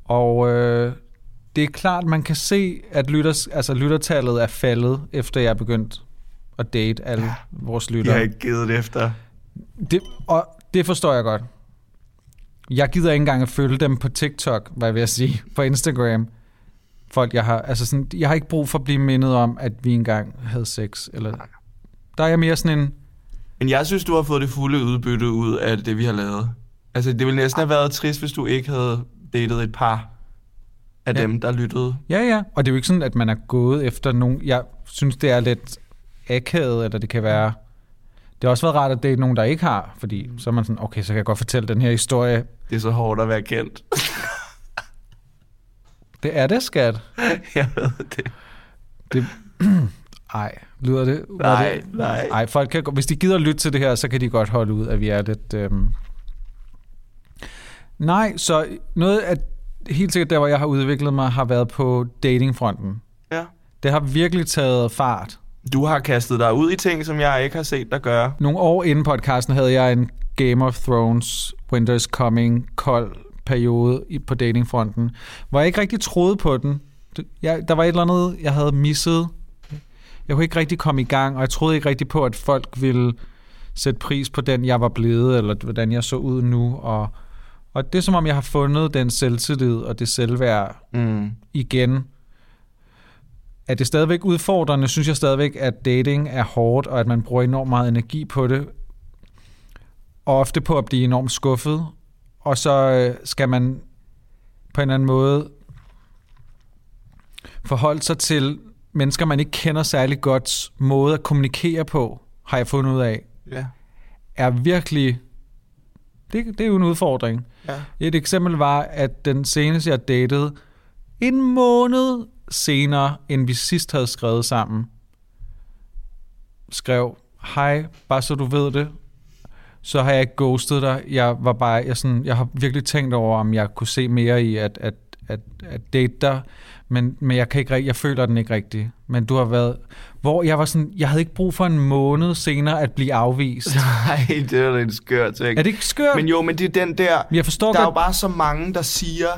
S1: Og øh, det er klart, man kan se, at lytters, altså, lyttertallet er faldet, efter jeg er begyndt at date alle ja. vores lyttere.
S2: ikke givet det efter.
S1: Det, og det forstår jeg godt. Jeg gider ikke engang at følge dem på TikTok, hvad jeg vil sige, på Instagram. Folk, jeg har, altså sådan, jeg har ikke brug for at blive mindet om, at vi engang havde sex. Eller, der er jeg mere sådan en,
S2: Men jeg synes, du har fået det fulde udbytte ud af det, vi har lavet. Altså, det ville næsten have været trist, hvis du ikke havde datet et par af
S1: Ja.
S2: ja. dem, der lyttede.
S1: Ja, ja. Og det er jo ikke sådan, at man er gået efter nogen... Jeg synes, det er lidt akavet, eller det kan være... Det har også været rart, at det er nogen, der ikke har, fordi så er man sådan, okay, så kan jeg godt fortælle den her historie.
S2: Det er så hårdt at være kendt.
S1: Det er det, skat.
S2: <laughs> jeg ved det.
S1: Det... Ej, lyder det? var
S2: Nej,
S1: det?
S2: nej.
S1: Ej, folk kan... godt- Hvis de gider at lytte til det her, så kan de godt holde ud, at vi er lidt... Øhm... Nej, så noget af... Helt sikkert der, hvor jeg har udviklet mig, har været på datingfronten.
S2: Ja.
S1: Det har virkelig taget fart.
S2: Du har kastet dig ud i ting, som jeg ikke har set dig gøre.
S1: Nogle år inden podcasten havde jeg en Game of Thrones Winter is Coming kold periode i- på datingfronten, hvor jeg ikke rigtig troede på den. Det- Jeg, der var et eller andet, jeg havde misset. Jeg kunne ikke rigtig komme i gang, og jeg troede ikke rigtig på, at folk ville sætte pris på den, jeg var blevet, eller hvordan jeg så ud nu. Og, og det er som om, jeg har fundet den selvtillid og det selvværd,
S2: Mm.
S1: igen, er det stadigvæk udfordrende, synes jeg stadigvæk, at dating er hårdt, og at man bruger enormt meget energi på det, og ofte på at blive enormt skuffet, og så øh, skal man på en eller anden måde forholde sig til mennesker, man ikke kender særlig godt, måde at kommunikere på, har jeg fundet ud af,
S2: Ja.
S1: er virkelig, det, det er jo en udfordring.
S2: ja.
S1: Et eksempel var, at den seneste, jeg datede, en måned senere, end vi sidst havde skrevet sammen, skrev, hej, bare så du ved det, så har jeg ikke ghostet dig. Jeg, var bare, jeg, sådan, jeg har virkelig tænkt over, om jeg kunne se mere i at, at, at, at date dig, men, men jeg, kan ikke, ri- jeg føler den ikke rigtigt. Men du har været... Hvor jeg var sådan, jeg havde ikke brug for en måned senere at blive
S2: <laughs>
S1: afvist.
S2: <laughs> Nej, det er da en skør ting.
S1: Er det ikke skørt?
S2: Men jo, men det er den der...
S1: jeg forstår
S2: der er jo
S1: godt...
S2: bare så mange, der siger,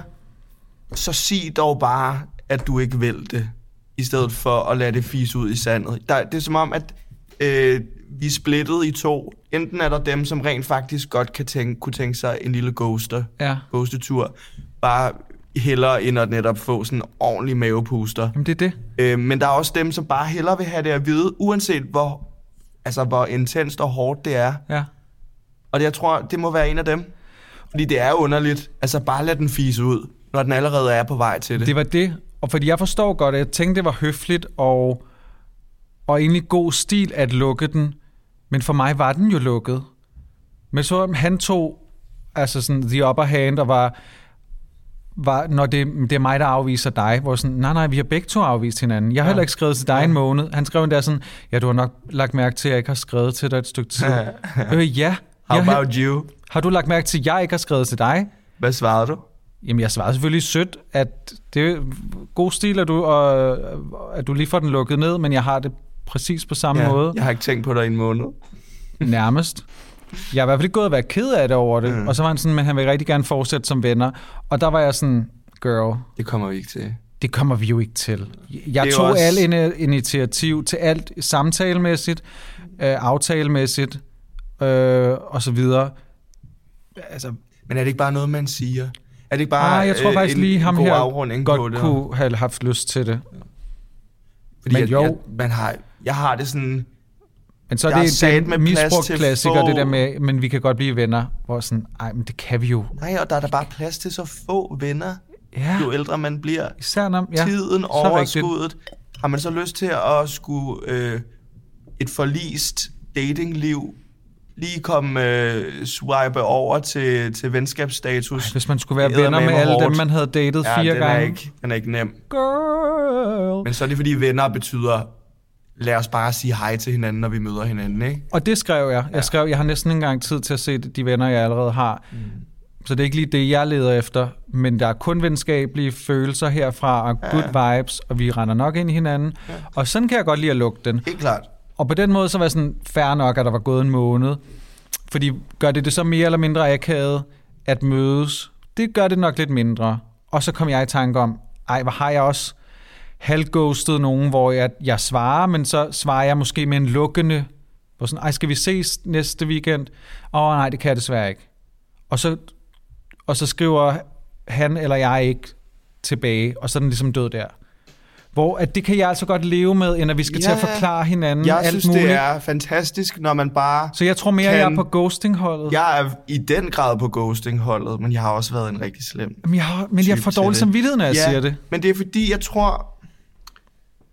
S2: så sig dog bare, at du ikke vil det, i stedet for at lade det fise ud i sandet. Der, det er som om, at øh, vi er splittet i to. Enten er der dem, som rent faktisk godt kan tænke, kunne tænke sig en lille ghoster,
S1: Ja.
S2: ghostetur, bare hellere end at netop få sådan en ordentlig mavepuster.
S1: Jamen, det er det.
S2: Øh, men der er også dem, som bare hellere vil have det at vide, uanset hvor, altså, hvor intenst og hårdt det er.
S1: Ja.
S2: Og det, jeg tror, det må være en af dem. Fordi det er underligt. Altså, bare lad den fise ud, når den allerede er på vej til det.
S1: Det var det, og fordi jeg forstår godt, at jeg tænkte, det var høfligt og, og egentlig god stil at lukke den, men for mig var den jo lukket. Men så om han tog altså sådan the upper hand og var, var når det, det er mig, der afviser dig, hvor sådan, nej, nej, vi har begge to afvist hinanden. Jeg har ja. heller ikke skrevet til dig ja. en måned. Han skrev endda sådan, ja, du har nok lagt mærke til, at jeg ikke har skrevet til dig et stykke tid. øh, ja.
S2: How
S1: Jeg, har-
S2: about you?
S1: har du lagt mærke til, at jeg ikke har skrevet til dig?
S2: Hvad svarede du?
S1: Jamen, jeg svarede selvfølgelig sødt, at det er god stil, at du, og, at du lige får den lukket ned, men jeg har det præcis på samme ja, måde, ja.
S2: Jeg har ikke tænkt på dig i en måned.
S1: nærmest. Jeg er i hvert fald ikke gået og været ked af det over det. Mm. Og så var han sådan, men han vil rigtig gerne fortsætte som venner. Og der var jeg sådan, girl,
S2: Det kommer vi ikke til.
S1: det kommer vi jo ikke til. Jeg
S2: Det er
S1: tog
S2: jo
S1: også...
S2: også-
S1: alt ini- initiativ til alt samtalemæssigt, øh, aftalemæssigt øh, og så videre. Altså,
S2: Men er det ikke bare noget, man siger? Er det ikke bare
S1: bare, ah, jeg tror
S2: øh,
S1: faktisk
S2: en,
S1: lige,
S2: en
S1: ham
S2: god
S1: her
S2: afrunding
S1: godt
S2: på det?
S1: kunne have haft lyst til det.
S2: Fordi
S1: men
S2: jeg,
S1: jo.
S2: Jeg, man har, jeg har det sådan...
S1: Men så er
S2: Der er
S1: det, det er
S2: satme
S1: en
S2: plads til
S1: misbrugt klassiker,
S2: få.
S1: det der med, men vi kan godt blive venner. Hvor sådan, ej, men det kan vi jo.
S2: Nej, og der er da bare plads til så få venner,
S1: Ja,
S2: jo ældre man bliver.
S1: især når...
S2: Ja,
S1: Ja,
S2: Tiden,
S1: så
S2: overskuddet. Har man så lyst til at skulle øh, et forlist datingliv lige komme øh, swipe over til, til venskabsstatus?
S1: rigtigt. Hvis man skulle være
S2: Det er
S1: venner med
S2: eddermame
S1: alle dem,
S2: hårdt.
S1: man havde datet ja, fire
S2: den
S1: gange.
S2: Er ikke, den er ikke nem.
S1: Girl.
S2: Men så er det fordi venner betyder, lad os bare sige hej til hinanden, når vi møder hinanden, ikke?
S1: Og det skrev jeg. Jeg skrev, jeg har næsten ikke engang tid til at se de venner, jeg allerede har. Mm. Så det er ikke lige det, jeg leder efter. Men der er kun venskabelige følelser herfra, og good vibes, og vi render nok ind i hinanden. Ja. Og sådan kan jeg godt lide at lukke den.
S2: Helt klart.
S1: Og på den måde, så var jeg sådan, fair nok, at der var gået en måned. Fordi gør det det så mere eller mindre akavet at mødes? Det gør det nok lidt mindre. Og så kom jeg i tanke om, ej, hvor har jeg også halvghostet nogen, hvor jeg, jeg svarer, men så svarer jeg måske med en lukkende, hvor sådan, ej, skal vi ses næste weekend? Åh nej, det kan jeg desværre ikke. Og så, og så skriver han eller jeg ikke tilbage, og så er den ligesom død der. Hvor at det kan jeg altså godt leve med, end at vi skal ja, til at
S2: Ja,
S1: forklare hinanden
S2: Jeg
S1: Mm, alt
S2: synes,
S1: muligt.
S2: det er fantastisk, når man bare...
S1: Så jeg tror mere,
S2: Kan-
S1: jeg er på ghosting-holdet.
S2: Jeg er i den grad på ghosting-holdet, men jeg har også været en rigtig slem.
S1: Jamen, jeg har, men jeg
S2: type
S1: får
S2: til
S1: dårlig
S2: det.
S1: samvittighed, når jeg siger det.
S2: men det er fordi, jeg tror...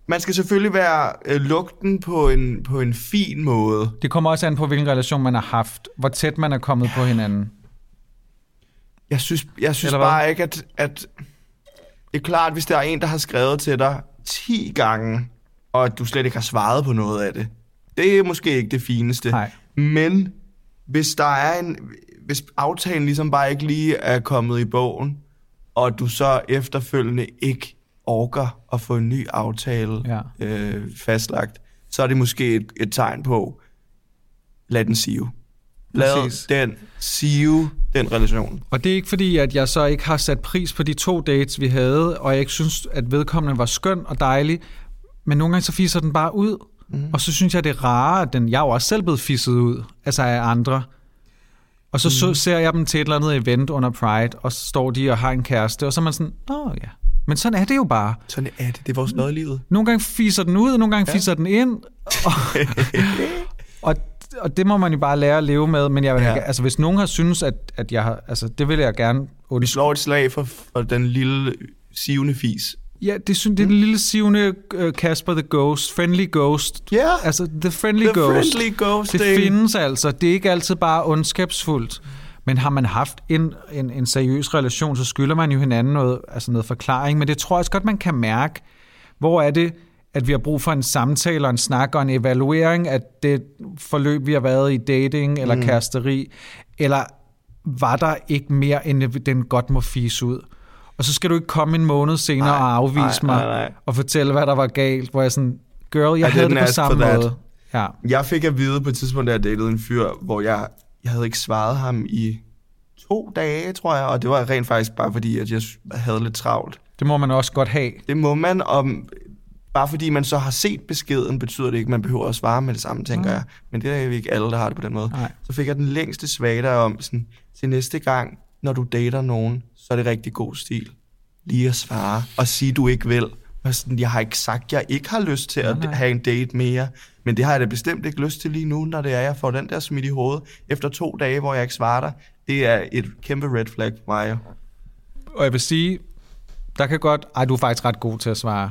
S2: Man skal selvfølgelig være øh, lugten på en, på en fin måde.
S1: Det kommer også an på, hvilken relation man har haft. Hvor tæt man er kommet på hinanden.
S2: Jeg synes, jeg synes
S1: Eller hvad?
S2: bare ikke, at, at... Det er klart, hvis der er en, der har skrevet til dig 10 gange, og at du slet ikke har svaret på noget af det. Det er måske ikke det fineste.
S1: Nej.
S2: Men hvis der er en... Hvis aftalen ligesom bare ikke lige er kommet i bogen, og du så efterfølgende ikke orker at få en ny aftale
S1: Ja.
S2: øh, fastlagt, så er det måske et, et tegn på, lad den sive. Lad
S1: Præcis.
S2: den sive, den relation.
S1: Og det er ikke fordi, at jeg så ikke har sat pris på de to dates, vi havde, og jeg ikke synes, at vedkommende var skøn og dejlig, men nogle gange så fiser den bare ud. Mm. Og så synes jeg, det er rarere, at den, jeg er jo også selv blevet fisset ud, altså af andre. Og så, mm. så ser jeg dem til et eller andet event under Pride, og så står de og har en kæreste, og så er man sådan, åh ja. Men sådan er det jo bare.
S2: Sådan er det. Det er vores lod i livet.
S1: Nogle gange fiser den ud, og nogle gange ja. fiser den ind. Og, og, og det må man jo bare lære at leve med. Men jeg vil, ja.
S2: Ja.
S1: altså, hvis nogen har synes, at, at jeg har... Altså, det vil jeg gerne
S2: Vi
S1: undskylde.
S2: slår et slag for, for den lille sivende fis.
S1: Ja, det, synes, det
S2: Mm.
S1: er den lille sivende øh, Kasper the Ghost. Friendly Ghost.
S2: Ja, yeah,
S1: Altså, the friendly
S2: the
S1: ghost.
S2: friendly ghost.
S1: Det findes altså. Det er ikke altid bare ondskabsfuldt. Men har man haft en, en, en seriøs relation, så skylder man jo hinanden noget, altså noget forklaring. Men det tror jeg også godt, man kan mærke. Hvor er det, at vi har brug for en samtale og en snak og en evaluering af det forløb, vi har været i dating eller mm. kæresteri? Eller var der ikke mere, end at den godt må fise ud? Og så skal du ikke komme en måned senere
S2: Nej,
S1: og afvise
S2: nej,
S1: mig
S2: nej, nej.
S1: og fortælle, hvad der var galt. Hvor jeg sådan, girl, jeg
S2: I
S1: havde
S2: didn't
S1: det på
S2: ask for
S1: samme
S2: that.
S1: måde. Ja.
S2: Jeg fik at vide på et tidspunkt, da jeg datede en fyr, hvor jeg, jeg havde ikke svaret ham i to dage, tror jeg. Og det var rent faktisk bare fordi, at jeg havde lidt travlt.
S1: Det må man også godt have.
S2: Det må man, og bare fordi man så har set beskeden, betyder det ikke, at man behøver at svare med det samme, tænker jeg. Men det er jo ikke alle, der har det på den måde.
S1: Nej.
S2: Så fik jeg den længste svater om, sådan, til næste gang, når du dater nogen, så er det rigtig god stil. Lige at svare og sige, du ikke vil. Og sådan, jeg har ikke sagt, jeg ikke har lyst til at
S1: nej.
S2: have en date mere. Men det har jeg da bestemt ikke lyst til lige nu, når det er, jeg får den der smidt i hovedet. Efter to dage, hvor jeg ikke svarer dig, det er et kæmpe red flag for mig. jo.
S1: Og jeg vil sige, der kan godt... Ej, du er faktisk ret god til at svare.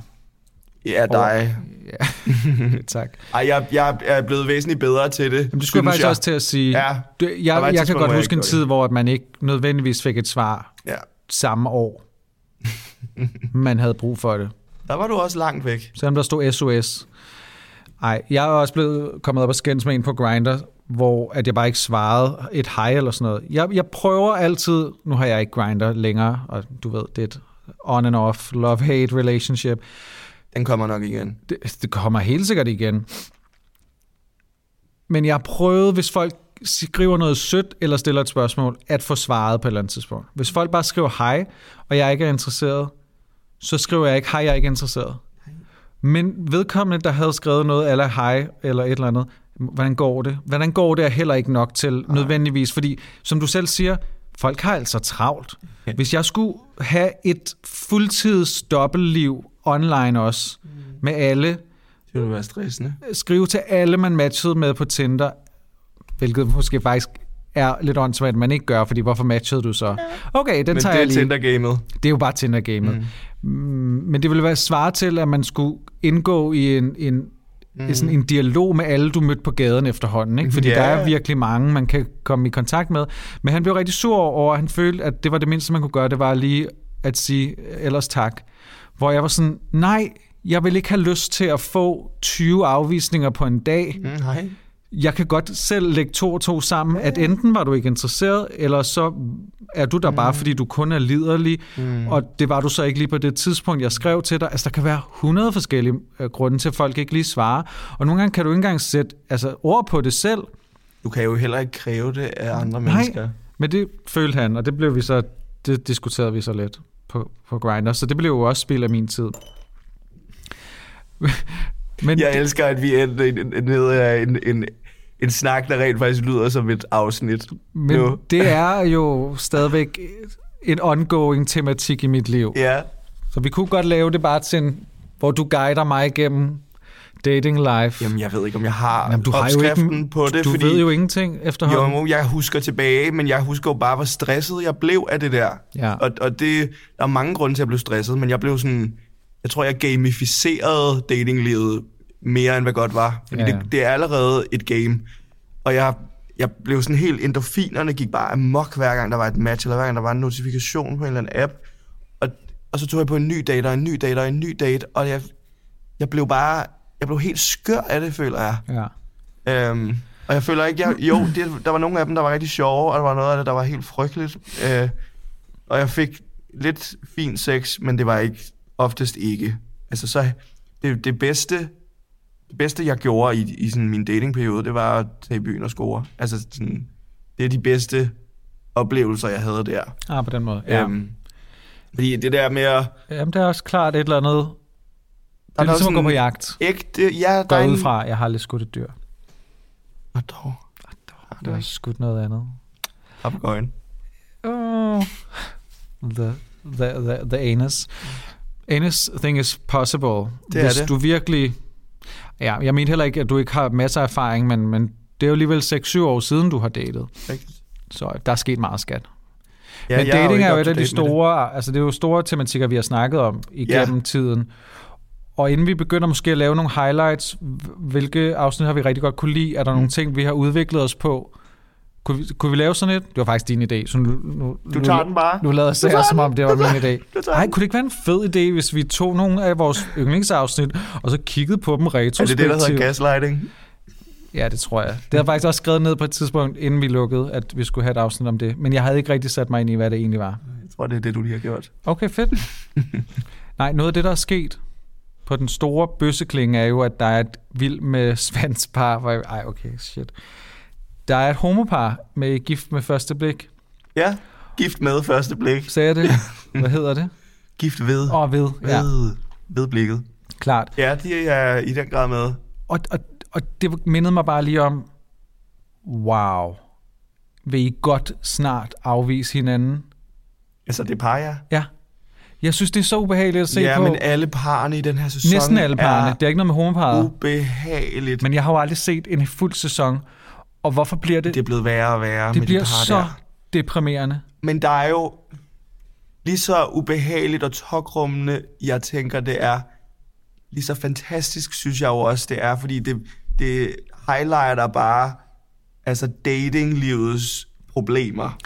S2: Ja, dig. <laughs>
S1: Ja, tak.
S2: Ej, jeg, jeg er blevet væsentligt bedre til det.
S1: Jamen, du skulle faktisk
S2: synes jeg.
S1: også til at sige...
S2: Ja,
S1: Du,
S2: var et
S1: jeg, jeg kan
S2: tidspunkt,
S1: godt
S2: hvor jeg
S1: huske en
S2: gjorde
S1: tid, hvor at man ikke nødvendigvis fik et svar
S2: Ja.
S1: samme
S2: <laughs>
S1: år. man havde brug for det.
S2: Der var du også langt væk.
S1: Selvom der stod SOS. Ej, jeg er også blevet kommet op og skændes med en på Grindr, hvor at jeg bare ikke svarede et hej eller sådan noget. Jeg, jeg prøver altid, nu har jeg ikke Grindr længere, og du ved, det er et on and off, love-hate relationship.
S2: Den kommer nok igen.
S1: Det, det kommer helt sikkert igen. Men jeg har prøvet, hvis folk skriver noget sødt eller stiller et spørgsmål, at få svaret på et eller andet tidspunkt. Hvis folk bare skriver hej, og jeg ikke er interesseret, så skriver jeg ikke hej, jeg er ikke interesseret. Men vedkommende, der havde skrevet noget eller hej eller et eller andet, hvordan går det? Hvordan går det er heller ikke nok til nødvendigvis, fordi som du selv siger, folk har altså travlt. Hvis jeg skulle have et fuldtids dobbeltliv online også, med alle,
S2: Det ville være stressende.
S1: skrive til alle, man matchede med på Tinder, hvilket måske faktisk er lidt åndssvagt, man ikke gør, fordi hvorfor matchede du så? Okay, den
S2: Men
S1: tager
S2: det er
S1: jeg lige.
S2: Tinder-gamet.
S1: Det er jo bare Tinder-gamet. Mm. Men det ville være svare til, at man skulle indgå i en, en, mm. sådan en dialog med alle, du mødte på gaden efterhånden. Ikke? Fordi
S2: Mhm. Ja.
S1: yeah. der er virkelig mange, man kan komme i kontakt med. Men han blev rigtig sur over, at han følte, at det var det mindste, man kunne gøre, det var lige at sige ellers tak. Hvor jeg var sådan, nej, jeg vil ikke have lyst til at få 20 afvisninger på en dag.
S2: Mm, hej.
S1: Jeg kan godt selv lægge to og to sammen, at enten var du ikke interesseret, eller så er du der bare, fordi du kun er liderlig,
S2: Mm.
S1: og det var du så ikke lige på det tidspunkt, jeg skrev til dig. Altså, der kan være 100 forskellige øh, grunde til, at folk ikke lige svarer. Og nogle gange kan du ikke engang sætte altså, ord på det selv.
S2: Du kan jo heller ikke kræve det af andre
S1: Nej.
S2: mennesker.
S1: Men det følte han, og det blev vi så, det diskuterede vi så lidt på, på Grindr. Så det blev jo også spild af min tid. <laughs> Men
S2: Jeg elsker, at vi endte i- ned af en, en, en snak, der rent faktisk lyder som et afsnit.
S1: Men
S2: Jo.
S1: jo. det er jo stadigvæk en ongoing tematik i mit liv.
S2: Ja,
S1: Så vi kunne godt lave det bare til en, hvor du guider mig igennem dating life.
S2: jamen jeg ved ikke, om jeg har
S1: Jamen, du har jo
S2: opskriften
S1: ikke,
S2: på det,
S1: du
S2: fordi
S1: ved jo ingenting efterhånden.
S2: jo, jeg husker tilbage, men jeg husker jo bare, hvor stresset jeg blev af det der.
S1: Ja.
S2: Og, og det, der er mange grunde til, at jeg blev stresset, men jeg blev sådan... Jeg tror, jeg gamificerede datinglivet mere, end hvad godt var. Fordi
S1: Ja,
S2: ja,
S1: ja.
S2: ja. Det, det er allerede et game. Og jeg, jeg blev sådan helt... Endorfinerne gik bare amok, hver gang der var et match, eller hver gang der var en notifikation på en eller anden app. Og, og så tog jeg på en ny date, og en ny date, og en ny date. Og jeg, jeg blev bare... Jeg blev helt skør af det, føler jeg.
S1: Ja.
S2: Øhm, og jeg føler ikke, jeg, jo, det, der var nogle af dem, der var rigtig sjove, og der var noget af det, der var helt frygteligt. Øh, og jeg fik lidt fin sex, men det var ikke oftest ikke. Altså så, det, det bedste, det bedste jeg gjorde i, i sådan min datingperiode, det var at tage i byen og score. Altså sådan, det er de bedste oplevelser, jeg havde der.
S1: Ah, på den måde. Ja. Øhm.
S2: Øhm, fordi det der med at...
S1: Jamen, det er også klart et eller andet. Det
S2: Der
S1: er
S2: er
S1: ligesom
S2: sådan-
S1: at gå på jagt.
S2: Ægte, ja, der
S1: Gå
S2: er
S1: ud
S2: en... Ah,
S1: fra, jeg har lidt skudt et dyr.
S2: Nå, dog.
S1: Jeg har skudt noget andet.
S2: Papagøjen.
S1: Oh. The, the, the, the anus. Anus thing is possible.
S2: Det er
S1: Hvis
S2: det.
S1: du virkelig... Ja, jeg mener heller ikke, at du ikke har masser af erfaring, men, men det er jo alligevel 6-7 år siden, du har datet.
S2: Rigtigt.
S1: Så der er sket meget skat.
S2: Ja,
S1: Ja, men
S2: jeg jo
S1: dating
S2: ikke
S1: er jo
S2: up
S1: et
S2: to
S1: af de
S2: date med det.
S1: store... Altså, det er jo store tematikker, vi har snakket om igennem ja. tiden. Og inden vi begynder måske at lave nogle highlights, hv- hvilke afsnit har vi rigtig godt kunne lide? Er der
S2: Mm.
S1: nogle ting, vi har udviklet os på? Kunne vi, kunne vi lave sådan et? Det var faktisk din idé, så nu, nu,
S2: Du
S1: nu-
S2: tager den bare.
S1: nu lader
S2: tager
S1: jeg som om, det var min idé.
S2: Du tager
S1: Nej,
S2: den.
S1: kunne det ikke være en fed idé, hvis vi tog nogle af vores yndlingsafsnit, og så kiggede på dem
S2: Er
S1: retrospektivt?
S2: det det, der hedder gaslighting?
S1: Ja, det tror jeg. Det havde jeg faktisk også skrevet ned på et tidspunkt, inden vi lukkede, at vi skulle have et afsnit om det. Men jeg havde ikke rigtig sat mig ind i, hvad det egentlig var.
S2: Jeg tror, det er det, du lige har gjort.
S1: Okay, fedt. Nej, noget af det, der er sket på den store bøsseklinge, er jo, at der er et vild med <laughs> svanspar. Hvor jeg, ej, okay, shit. Der er et homopar med gift med første blik.
S2: Ja, gift med første blik.
S1: Sagde jeg det? Hvad hedder det?
S2: Gift ved.
S1: Og ved. Ja,
S2: Ved. Ved blikket.
S1: klart.
S2: Ja, de er i den grad med.
S1: Og, og, og det mindede mig bare lige om, wow, vil I godt snart afvise hinanden?
S2: Altså, det par, ja.
S1: Ja. Jeg synes, det er så ubehageligt at se
S2: ja,
S1: på.
S2: men alle parerne i den her sæson
S1: Næsten alle parerne. Det er ikke noget med
S2: er
S1: homoparet.
S2: ubehageligt. Men
S1: Men jeg har jo aldrig set en fuld sæson. Og hvorfor bliver det?
S2: det er blevet værre og værre
S1: det
S2: med
S1: bliver
S2: de par
S1: så
S2: der.
S1: deprimerende.
S2: Men der er jo lige så ubehageligt og tokrummende, jeg tænker, det er. Lige så fantastisk, synes jeg jo også, det er, fordi det, det highlighter bare altså datinglivets problemer.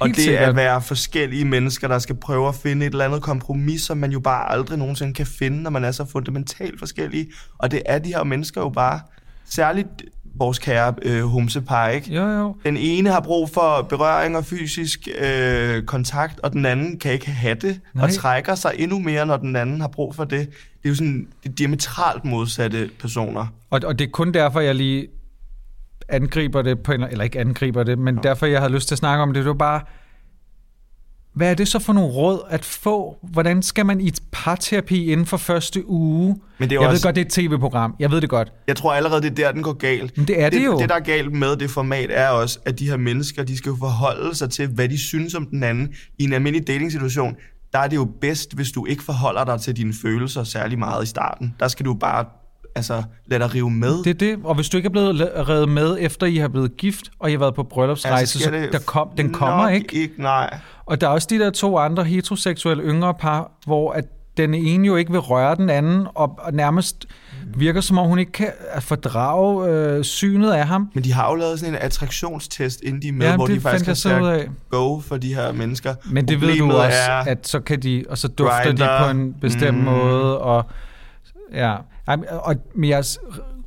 S2: Og
S1: Helt
S2: det
S1: sikkert.
S2: at være forskellige mennesker, der skal prøve at finde et eller andet kompromis, som man jo bare aldrig nogensinde kan finde, når man er så fundamentalt forskellige. Og det er de her mennesker jo bare. Særligt vores kære øh, homsepar, ikke?
S1: Jo, jo.
S2: Den ene har brug for berøring og fysisk øh, kontakt, og den anden kan ikke have det, Nej.
S1: Nej.
S2: og trækker sig endnu mere, når den anden har brug for det. Det er jo sådan de diametralt modsatte personer.
S1: Og, og det er kun derfor, jeg lige angriber det, på en, eller ikke angriber det, men ja. derfor, jeg havde lyst til at snakke om det. Det var bare, hvad er det så for nogle råd at få? Hvordan skal man i et parterapi inden for første uge?
S2: Men det er jo
S1: jeg
S2: også-
S1: ved godt, det er et tv-program. Jeg ved det godt.
S2: Jeg tror allerede, det er der, den går galt.
S1: Men det er det
S2: det
S1: jo.
S2: Det, der er galt med det format, er også, at de her mennesker, de skal jo forholde sig til, hvad de synes om den anden. I en almindelig datingsituation, der er det jo bedst, hvis du ikke forholder dig til dine følelser særlig meget i starten. Der skal du bare altså, lade dig rive med.
S1: Det er det, og hvis du ikke er blevet la- revet med, efter I har blevet gift, og I har været på bryllupsrejse,
S2: sker
S1: så
S2: det
S1: der kom, den kommer
S2: nok
S1: ikke.
S2: ikke. Nej.
S1: Og der er også de der to andre heteroseksuelle yngre par, hvor at den ene jo ikke vil røre den anden, og, og nærmest virker som om, hun ikke kan øh, fordrage øh, synet af ham.
S2: Men de har jo lavet sådan en attraktionstest, inden de er med,
S1: Ja,
S2: hvor
S1: det
S2: de faktisk
S1: fandt
S2: kan
S1: jeg så ud
S2: sige
S1: af.
S2: go for de her mennesker.
S1: Men det ved du
S2: Problemet
S1: også,
S2: er,
S1: at så kan de, og så dufter
S2: Grindr.
S1: de på en bestemt
S2: Mm.
S1: mm. måde, og ja. Ej, men- Og, men jeg s-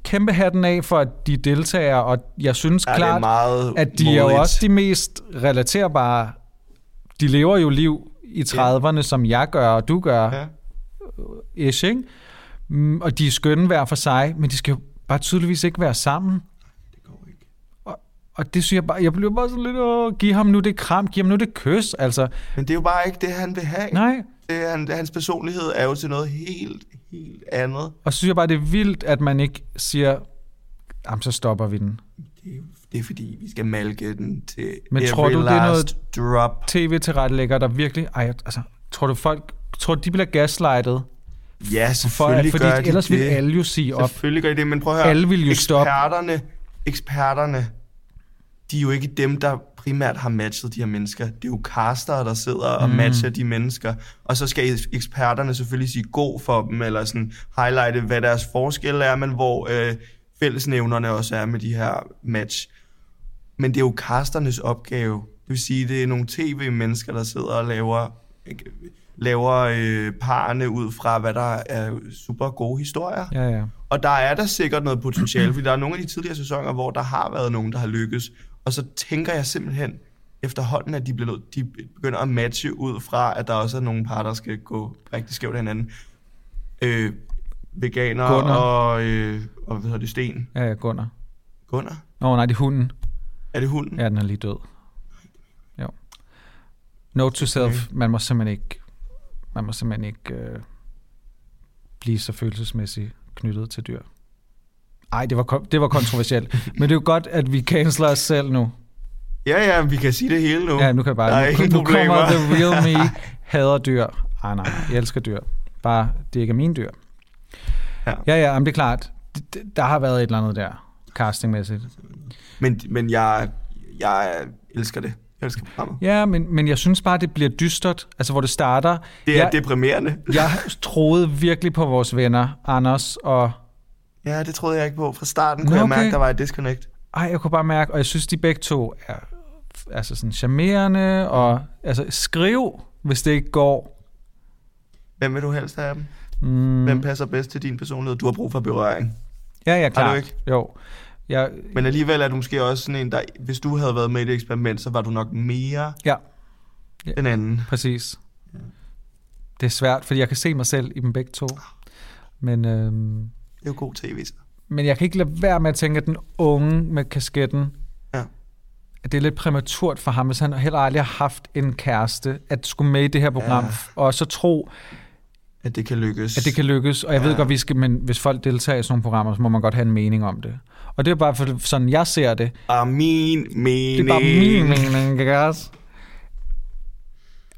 S1: kæmpe hatten af for, at de deltager, og jeg synes
S2: ja, det er
S1: klart,
S2: meget
S1: at de er jo også de mest relaterbare. De lever jo liv i 30'erne, som jeg gør, og du gør.
S2: Ja.
S1: ish, ikke? Mm, Og de er skønne hver for sig, men de skal jo bare tydeligvis ikke være sammen.
S2: Det går ikke.
S1: Og det synes jeg bare, jeg bliver bare sådan lidt, åh, giv ham nu det kram, giv ham nu det kys, altså.
S2: Men det er jo bare ikke det, han vil have.
S1: Nej,
S2: Det, er han, hans personlighed er jo til noget helt, helt andet.
S1: og så synes jeg bare, det er vildt, at man ikke siger, jamen så stopper vi den.
S2: Det er, jo, det er fordi, vi skal malke den til
S1: Men
S2: every
S1: tror du, det er
S2: last drop.
S1: TV-tilrettelægger, der virkelig, ej, altså, tror du folk, tror du, de bliver gaslightet?
S2: Ja,
S1: For, at,
S2: selvfølgelig
S1: fordi
S2: gør de
S1: ellers
S2: det.
S1: ville alle jo sige op.
S2: Selvfølgelig gør I det, men prøv at høre.
S1: Alle vil jo stoppe.
S2: eksperterne, eksperterne, de er jo ikke dem, der primært har matchet de her mennesker. Det er jo castere, der sidder
S1: Mm.
S2: og matcher de mennesker. Og så skal eksperterne selvfølgelig sige god for dem, eller sådan highlighte, hvad deres forskel er, men hvor øh, fællesnævnerne også er med de her match. Men det er jo casternes opgave. Det vil sige, det er nogle tv-mennesker, der sidder og laver, laver øh, parerne ud fra, hvad der er super gode historier.
S1: Ja, ja.
S2: Og der er der sikkert noget potentiale, fordi der er nogle af de tidligere sæsoner, hvor der har været nogen, der har lykkes. Og så tænker jeg simpelthen efterhånden, at de, bliver, nødt- de begynder at matche ud fra, at der også er nogle par, der skal gå rigtig skævt af hinanden. Øh, veganer
S1: Gunnar.
S2: og, øh, og, hvad hedder det, Sten?
S1: Ja, ja, Gunnar.
S2: Gunnar?
S1: Åh oh, nej, det er hunden.
S2: Er det hunden?
S1: Ja, den er lige død. Jo. Note to self, man må simpelthen ikke, man må simpelthen ikke øh, blive så følelsesmæssigt knyttet til dyr. Ej, det var, kon- det var
S2: <laughs>
S1: kontroversielt. Men det er jo godt, at vi canceler os selv nu.
S2: Ja, ja, vi kan sige det hele nu.
S1: Ja, nu kan jeg bare...
S2: Der er
S1: nu,
S2: ingen
S1: nu kommer
S2: problemer.
S1: the real me.
S2: <laughs>
S1: Hader dyr. Ej, nej, jeg elsker dyr. Bare, det ikke er mine dyr.
S2: Ja.
S1: Ja, ja, ja men det er klart. Det- det- Der har været et eller andet der, castingmæssigt.
S2: Men, men jeg, jeg elsker det. Jeg elsker programmet.
S1: Ja, men, men jeg synes bare, det bliver dystert. Altså, hvor det starter...
S2: Det er
S1: jeg,
S2: deprimerende.
S1: <laughs> Jeg troede virkelig på vores venner, Anders, og
S2: Ja, det troede jeg ikke på. Fra starten
S1: Nå,
S2: kunne jeg
S1: okay.
S2: mærke, der var et disconnect.
S1: ej, jeg kunne bare mærke, og jeg synes, de begge to er altså sådan charmerende, og
S2: Mm.
S1: altså skriv, hvis det ikke går.
S2: Hvem vil du helst have af dem?
S1: Mm,
S2: Hvem passer bedst til din personlighed? Du har brug for berøring.
S1: ja, ja, klart.
S2: ikke?
S1: Jo. Jeg,
S2: Men alligevel er du måske også sådan en, der... Hvis du havde været med i det eksperiment, så var du nok mere
S1: ja,
S2: den anden.
S1: præcis. Det er svært, fordi jeg kan se mig selv i dem begge to.
S2: Ah.
S1: Men, øhm,
S2: Det er jo god tv, så.
S1: men jeg kan ikke lade være med at tænke, at den unge med kasketten,
S2: Ja.
S1: at det er lidt præmaturt for ham, hvis han heller aldrig har haft en kæreste, at skulle med i det her program,
S2: Ja.
S1: og så tro,
S2: At det kan lykkes.
S1: At det kan lykkes, og jeg ja.
S2: Ja.
S1: ved godt, vi skal, men hvis folk deltager i sådan nogle programmer, så må man godt have en mening om det. Og det er bare for, sådan, jeg ser det.
S2: er min
S1: Det er
S2: mening.
S1: bare min mening, ikke også?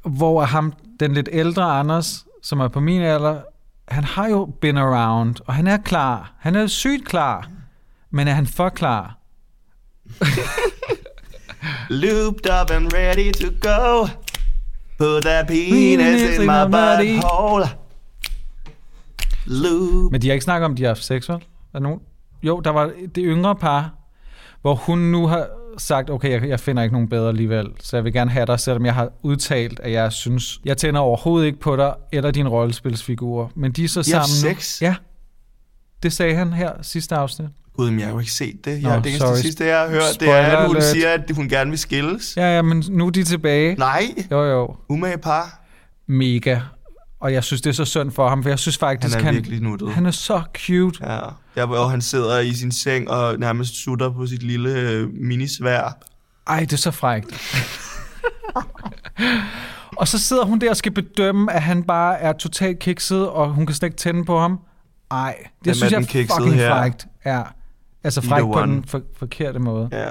S1: Hvor er ham, den lidt ældre Anders, som er på min alder, han har jo been around, og han er klar. Han er sygt klar, men er han for klar?
S2: Looped up and ready to go. Put that penis in my butthole. Loop.
S1: Men de har ikke snakket om, at de har haft sex, vel? Er der nogen? Jo, der var det yngre par, hvor hun nu har sagt, okay, jeg, jeg finder ikke nogen bedre alligevel, så jeg vil gerne have dig, selvom jeg har udtalt, at jeg synes, jeg tænder overhovedet ikke på dig eller din rollespilsfigur. Men de er så
S2: De har
S1: sammen nu.
S2: sex?
S1: Ja, det sagde han her sidste afsnit.
S2: Gud, men jeg har jo ikke set det.
S1: Nå,
S2: Jeg, det eneste
S1: sorry.
S2: sidste, jeg har hørt, det
S1: Spoiler
S2: er, at hun
S1: alert.
S2: siger, at hun gerne vil skilles. Ja.
S1: Ja, ja, men nu er de tilbage.
S2: Nej,
S1: Jo, jo.
S2: umage par.
S1: Mega. Og jeg synes, det er så synd for ham, for jeg synes faktisk,
S2: Han er virkelig nuttet.
S1: han er så cute.
S2: Ja, der hvor han sidder i sin seng og nærmest sutter på sit lille øh, minisvær.
S1: Ej, det er så frækt. og så sidder hun der og skal bedømme, at han bare er totalt kikset, og hun kan slet ikke tænde på ham. Ej, det
S2: Hvem er
S1: synes jeg
S2: den
S1: er
S2: kiksede
S1: fucking
S2: her?
S1: frækt. Ja. Altså frækt
S2: Either
S1: på
S2: one.
S1: den for- forkerte måde.
S2: Ja.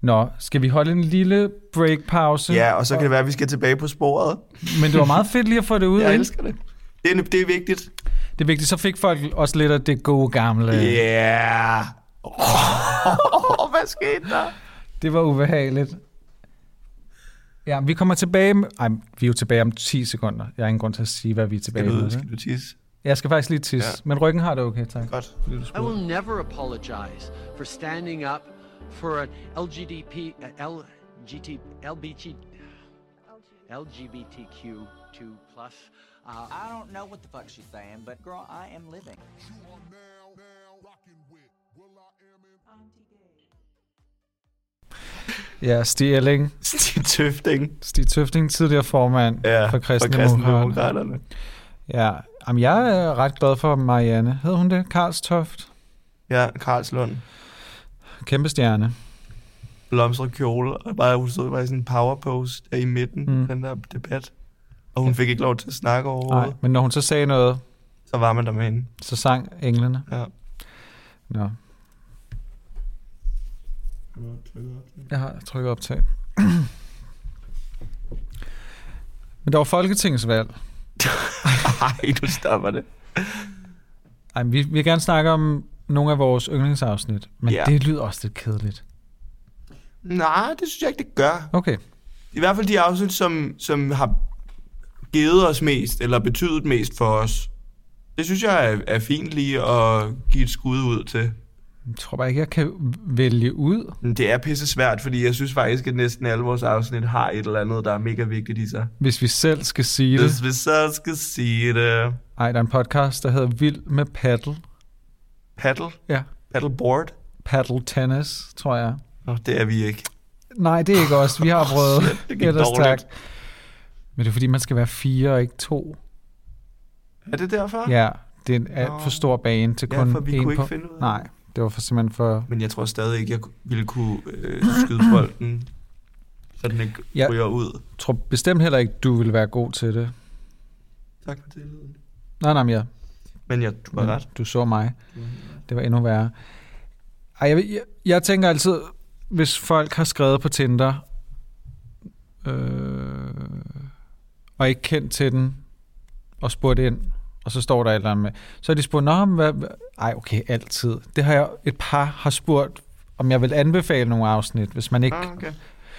S1: Nå, skal vi holde en lille breakpause?
S2: ja, og så kan det være, at vi skal tilbage på sporet.
S1: Men det var meget fedt lige at få det ud.
S2: <laughs> Jeg
S1: ikke?
S2: elsker det. Det er, det er vigtigt.
S1: Det er vigtigt, så fik folk også lidt af det gode gamle.
S2: Ja. Yeah. Oh, hvad skete der?
S1: Det var ubehageligt. Ja, vi kommer tilbage... Med, ej, vi er jo tilbage om 10 sekunder. Jeg har ingen grund til at sige, hvad vi er tilbage
S2: Skal
S1: med.
S2: du,
S1: ikke?
S2: skal du tisse?
S1: Jeg skal faktisk lige tisse,
S2: Ja.
S1: ja. men ryggen har det okay, tak.
S2: Godt.
S3: I
S2: <laughs>
S3: will never apologize for standing up for an LGDP, uh, LGT, LBT, LGBTQ2 plus. Uh,
S4: I don't know what the fuck she's saying, but girl, I am living.
S1: Ja, Stig Elling.
S2: Stig Tøfting.
S1: Stig Tøfting, tidligere formand
S2: Ja,
S1: for Kristendemokraterne.
S2: Kristendemokraterne.
S1: Ja, Jamen, jeg er ret glad for Marianne. Hed hun det? Karlstoft.
S2: Ja, Karlslund.
S1: Kæmpe stjerne.
S2: Blomstret kjole. Og bare, hun stod bare i sådan en power pose der i midten. Mm. Den der debat. Og hun fik ikke lov til at snakke overhovedet.
S1: Nej, men når hun så sagde noget,
S2: Så var man der med hende.
S1: så sang englene.
S2: Ja.
S1: Nå. Jeg har trykket optag. <clears throat> Men der var folketingsvalg.
S2: <laughs> Ej, nu stopper det.
S1: Ej, men vi vi vil gerne snakke om nogle af vores yndlingsafsnit, men
S2: Ja.
S1: yeah. det lyder også lidt kedeligt.
S2: Nej, det synes jeg ikke, det gør.
S1: Okay,
S2: I hvert fald de afsnit, som, som har givet os mest, eller betydet mest for os. Det synes jeg er, er fint lige at give et skud ud til.
S1: jeg tror bare ikke, jeg kan vælge ud.
S2: Men Det er pisse svært, fordi jeg synes faktisk, at næsten alle vores afsnit har et eller andet, der er mega vigtigt i sig.
S1: Hvis vi selv skal sige det.
S2: Hvis vi så skal sige det...
S1: Ej, der er en podcast, der hedder Vild med Paddle.
S2: Paddle?
S1: Ja.
S2: Paddleboard?
S1: Paddle tennis, tror jeg.
S2: Nå, det er vi ikke.
S1: Nej, det er ikke os. Vi har prøvet.
S2: <laughs> Shit, det gik
S1: Ellers
S2: dårligt.
S1: Men det er fordi, man skal være fire og ikke to.
S2: Er det derfor?
S1: Ja, det er en
S2: Nå.
S1: alt for stor bane til
S2: Ja,
S1: kun
S2: for vi
S1: en
S2: kunne ikke
S1: på.
S2: finde ud af det.
S1: Nej, det var for simpelthen for...
S2: Men jeg tror stadig ikke, jeg ku- ville kunne øh, skyde bolden, så den ikke
S1: Ja.
S2: ja. ryger ud.
S1: Jeg tror bestemt heller ikke, du ville være god til det.
S2: Tak for tilliden.
S1: Nej, nej, men jeg,
S2: Men jeg, du har ret. Mm.
S1: Du så mig. Det var endnu værre. Ej, jeg, jeg, jeg tænker altid, hvis folk har skrevet på Tinder, øh, og ikke kendt til den, og spurgt ind, og så står der et eller andet med, så er de spurgt, Nå, men hvad, hvad? Ej, okay, altid. Det har jeg, et par har spurgt, om jeg vil anbefale nogle afsnit, hvis man ikke...
S2: Ah, okay.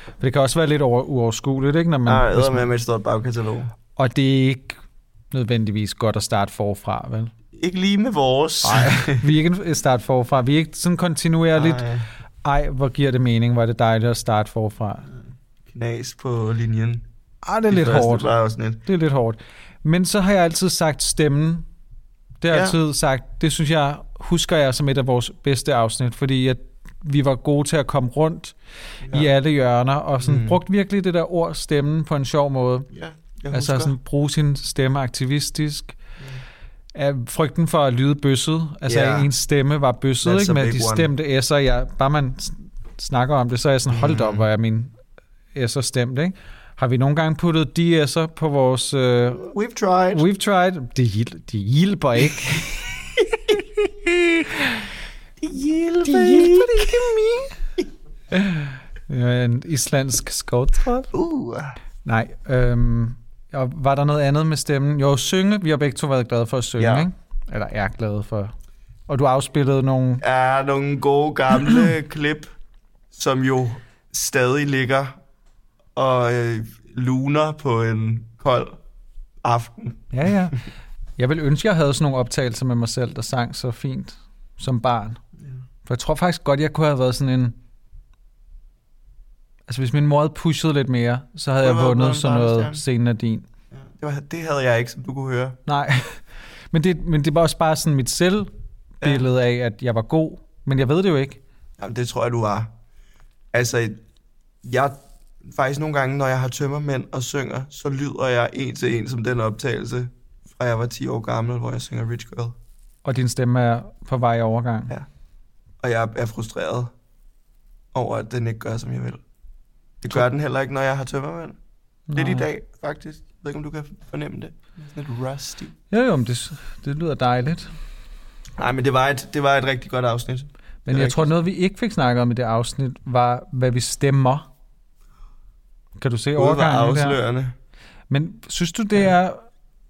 S1: For det kan også være lidt over, uoverskueligt, ikke? Når man,
S2: Nej,
S1: hvis
S2: Ah, æder
S1: man,
S2: med med et stort bagkatalog.
S1: og det er ikke nødvendigvis godt at starte forfra, vel?
S2: Ikke lige med vores. <laughs>
S1: Nej, <laughs> vi er ikke en start forfra. Vi er ikke sådan kontinuerligt.
S2: Ej,
S1: Ej, hvor giver det mening? Var det dejligt at starte forfra?
S2: knas på linjen. Det
S1: Ej, det er lidt hårdt.
S2: Var også lidt.
S1: Det er lidt hårdt. Men så har jeg altid sagt stemmen. Det har jeg
S2: Ja.
S1: altid sagt. Det synes jeg, husker jeg som et af vores bedste afsnit, fordi at vi var gode til at komme rundt ja. i alle hjørner, og sådan mm. brugte virkelig det der ord stemmen på en sjov måde.
S2: Ja, jeg
S1: Altså
S2: husker. Mm.
S1: sådan bruge sin stemme aktivistisk. Ja. Frygten for at lyde bøsset. Altså
S2: Ja.
S1: yeah. ens stemme var bøsset,
S2: That's
S1: ikke?
S2: a
S1: Med
S2: big
S1: de
S2: one.
S1: stemte S'er. Jeg, bare man s- snakker om det, så er jeg sådan, hold
S2: Mm.
S1: da op, hvor er min S'er stemt, ikke? Har vi nogle gange puttet de S'er på vores... Øh,
S2: We've tried.
S1: we've tried. Det, hjæl- det hjælper
S2: <laughs>
S1: ikke.
S2: Hjælp.
S1: det hjælper det ikke
S2: <laughs>
S1: mig. Jeg er en islandsk skovtrop.
S2: Uh.
S1: Nej, øhm, Og var der noget andet med stemmen? Jo, synge. Vi har begge to været glade for at synge,
S2: Ja.
S1: ikke? Eller er glade for. Og du afspillede nogle...
S2: er nogle gode
S1: <clears throat>
S2: gamle klip, som jo stadig ligger og øh, luner på en kold aften.
S1: Ja,
S2: <laughs>
S1: ja. Jeg vil ønske, jeg havde sådan nogle optagelser med mig selv, der sang så fint som barn. For jeg tror faktisk godt, jeg kunne have været sådan en... Altså, hvis min mor havde pushet lidt mere, så havde
S2: Kunne
S1: jeg
S2: du have været
S1: vundet
S2: en
S1: sådan noget
S2: barnestjerne?
S1: scenen af din.
S2: Det, var, det havde jeg ikke, som du kunne høre.
S1: Nej, <laughs> men det, men det var også bare sådan mit selvbillede af, at jeg var god. Men jeg ved det jo ikke.
S2: Jamen, det tror jeg, du var. Altså, jeg faktisk nogle gange, når jeg har tømmermænd og synger, så lyder jeg en til en som den optagelse fra jeg var 10 år gammel, hvor jeg synger Rich Girl.
S1: Og din stemme er på vej i overgang.
S2: Ja. Og jeg er frustreret over, at den ikke gør, som jeg vil. Det gør den heller ikke, når jeg har tømmermænd. Lidt i
S1: Nej.
S2: dag, faktisk. Jeg ved ikke, om du kan fornemme det. Sådan lidt rusty.
S1: Jo, jo, men det, det lyder dejligt.
S2: Nej, men det var et, det var et rigtig godt afsnit.
S1: Men
S2: Det er
S1: jeg tror,
S2: rigtigt.
S1: noget vi ikke fik snakket om i det afsnit, var, hvad vi stemmer. Kan du se
S2: Både var
S1: overgangen der?
S2: afslørende.
S1: Men synes du, det er...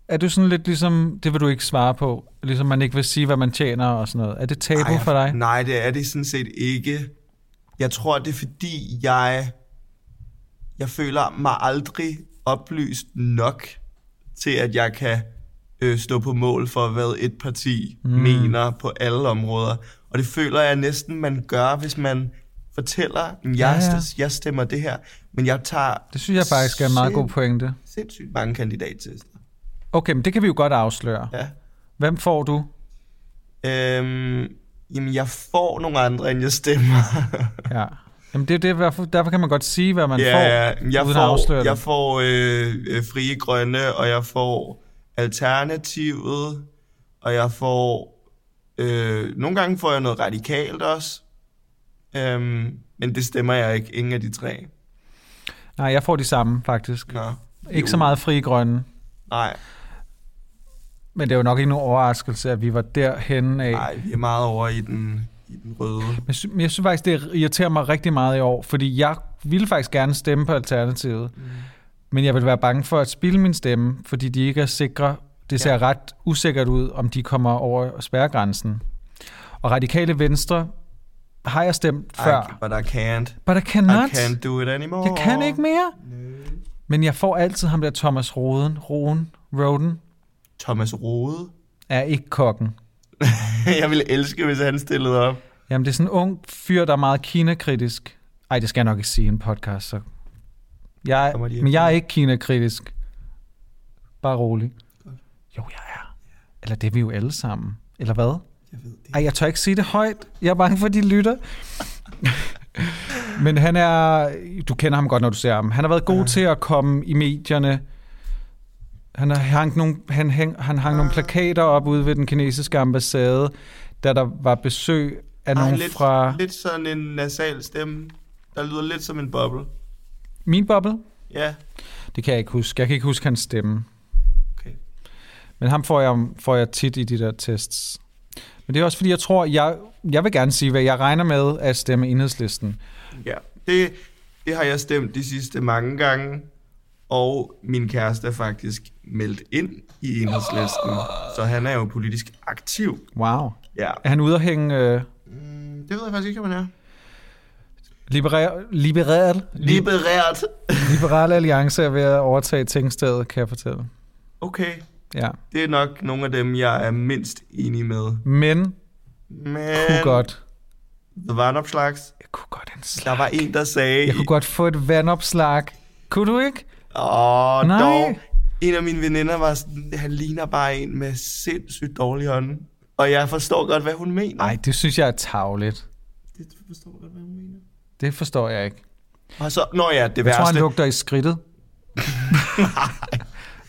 S1: Er du sådan lidt ligesom, det vil du ikke svare på, ligesom man ikke vil sige, hvad man tjener og sådan noget. Er det tabu
S2: Ej,
S1: for dig?
S2: Nej, det er det sådan set ikke. Jeg tror, det er fordi, jeg, jeg føler mig aldrig oplyst nok til, at jeg kan øh, stå på mål for, hvad et parti mm. mener på alle områder. Og det føler jeg næsten, man gør, hvis man fortæller, jeg, ja,
S1: Ja,
S2: ja.
S1: ja.
S2: jeg stemmer det her, men jeg tager
S1: Det synes jeg faktisk er en meget
S2: sind-
S1: god pointe.
S2: sindssygt mange kandidattester.
S1: Okay, men det kan vi jo godt afsløre.
S2: Ja.
S1: Hvem får du?
S2: Øhm, jamen, jeg får nogle andre, end jeg stemmer. <laughs>
S1: Ja. Jamen det er det, derfor, derfor kan man godt sige, hvad man får,
S2: jeg
S1: uden at
S2: får,
S1: afsløre
S2: jeg
S1: det.
S2: får øh, øh, Frie Grønne, og jeg får Alternativet, og jeg får... Øh, nogle gange får jeg noget radikalt også, øhm, men det stemmer jeg ikke. Ingen af de tre.
S1: Nej, jeg får de samme faktisk.
S2: Nå.
S1: Ikke
S2: Jo.
S1: så meget frie grønne,
S2: Nej,
S1: men det er jo nok ikke nogen overraskelse, at vi var derhen af.
S2: nej, vi er meget over i den, i den røde.
S1: Men jeg sy- men jeg synes faktisk, det irriterer mig rigtig meget i år, fordi jeg ville faktisk gerne stemme på Alternativet, mm. men jeg ville være bange for at spille min stemme, fordi de ikke er sikre. Det ser ja. ret usikkert ud, om de kommer over spærregrænsen. Og Radikale Venstre har jeg stemt før,
S2: I, but I can't.
S1: but I
S2: I
S1: cannot.
S2: can't do it anymore.
S1: Jeg kan ikke mere. Men jeg får altid ham der Thomas Roden. Roden, Roden
S2: Thomas Rode. <laughs>
S1: er ikke kokken.
S2: jeg ville elske, hvis han stillede op.
S1: Jamen, det er sådan en ung fyr, der er meget kinakritisk. Ej, det skal jeg nok ikke sige i en podcast, så... Jeg,
S2: Kommer de
S1: men jeg er
S2: efter?
S1: ikke kinakritisk. Bare rolig. Jo, jeg er. Eller det er vi jo alle sammen. Eller hvad?
S2: Jeg ved det.
S1: Ej, jeg tør ikke sige det højt. Jeg er bange for, at de lytter. Men han er... Du kender ham godt, når du ser ham. Han har været god til at komme i medierne. Han har hang nogle, han, hæng, han hang nogle plakater op ude ved den kinesiske ambassade, da der var besøg af
S2: Ej,
S1: nogen
S2: lidt,
S1: fra...
S2: lidt sådan en nasal stemme, der lyder lidt som en boble.
S1: Min boble?
S2: Ja,
S1: Det kan jeg ikke huske. Jeg kan ikke huske hans stemme.
S2: okay.
S1: Men ham får jeg, får jeg tit i de der tests. Men det er også fordi, jeg tror, jeg, jeg vil gerne sige, hvad jeg regner med at stemme enhedslisten.
S2: Ja, det, det har jeg stemt de sidste mange gange, og min kæreste er faktisk meldt ind i enhedslisten, så han er jo politisk aktiv.
S1: Wow.
S2: Ja,
S1: Er han ude at hænge... Øh,
S2: Mm, det ved jeg faktisk ikke, om han er.
S1: Liberal, liberal, li-
S2: Liberært.
S1: liberal Alliance er ved at overtage tingstedet, kan jeg fortælle.
S2: Okay,
S1: Ja.
S2: det er nok nogle af dem, jeg er mindst enig med.
S1: Men,
S2: Men
S1: kunne
S2: Øhm,
S1: godt,
S2: der var en opslags.
S1: jeg kunne godt en slag.
S2: Der var en, der sagde...
S1: Jeg kunne godt få et vandopslag. Kunne du ikke?
S2: Åh, oh,
S1: Nej.
S2: dog. En af mine veninder var sådan, han ligner bare en med sindssygt dårlig hånd. Og jeg forstår godt, hvad hun mener.
S1: Nej, det synes jeg er tavligt.
S2: det forstår godt, hvad hun mener.
S1: Det forstår jeg ikke.
S2: Og så, nå ja, det
S1: Jeg
S2: værste.
S1: tror, han lugter i skridtet.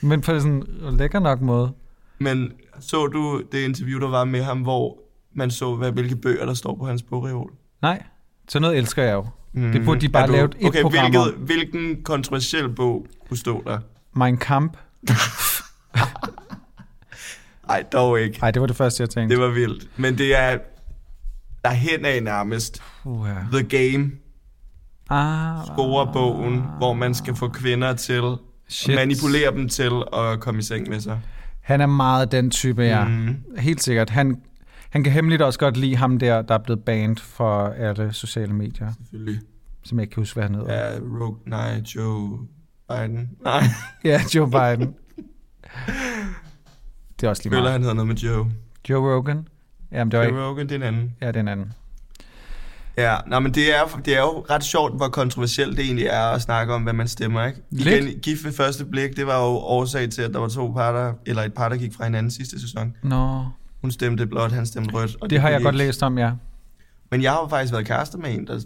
S1: Men på sådan en lækker nok måde.
S2: Men så du det interview, der var med ham, hvor man så, hvad, hvilke bøger, der står på hans bogreol?
S1: Nej, sådan noget elsker jeg jo. Mm, det burde Mm. de bare
S2: Er du-
S1: lave et
S2: okay,
S1: program
S2: hvilket,
S1: om.
S2: hvilken kontroversiel bog kunne stå der?
S1: Mein Kamp.
S2: Nej, dog ikke.
S1: Nej, det var det første, jeg tænkte.
S2: Det var vildt. Men det er derhen af nærmest.
S1: Puh, ja.
S2: The Game
S1: ah,
S2: scorebogen, hvor man skal få kvinder til
S1: Shit.
S2: Manipulerer dem til at komme i seng med sig.
S1: Han er meget den type, ja. Mm.
S2: Mhm.
S1: Helt sikkert. Han, han kan hemmeligt også godt lide ham der, der er blevet banned fra alle sociale medier,
S2: Selvfølgelig.
S1: som jeg ikke kan huske, hvad han hedder. Ja,
S2: Ja, Rogue, nej, Joe Biden.
S1: <laughs>
S2: Nej,
S1: ja Joe Biden. Det er også lige
S2: føler
S1: meget.
S2: han hedder noget med Joe.
S1: Joe Rogan. Jamen, det var ikke...
S2: Joe Rogan, det er en anden.
S1: Ja, den anden.
S2: Ja, nej, men det er, det er jo ret sjovt, hvor kontroversielt det egentlig er at snakke om, hvad man stemmer, ikke?
S1: Lidt.
S2: Igen, gift ved første blik, det var jo årsag til, at der var to parter, eller et par, der gik fra hinanden sidste sæson.
S1: Nå,
S2: Hun stemte blåt, han stemte rødt. Og
S1: det har
S2: kunne
S1: jeg
S2: de
S1: godt
S2: ikke.
S1: læst om, ja.
S2: Men jeg har jo faktisk været kærester med en, der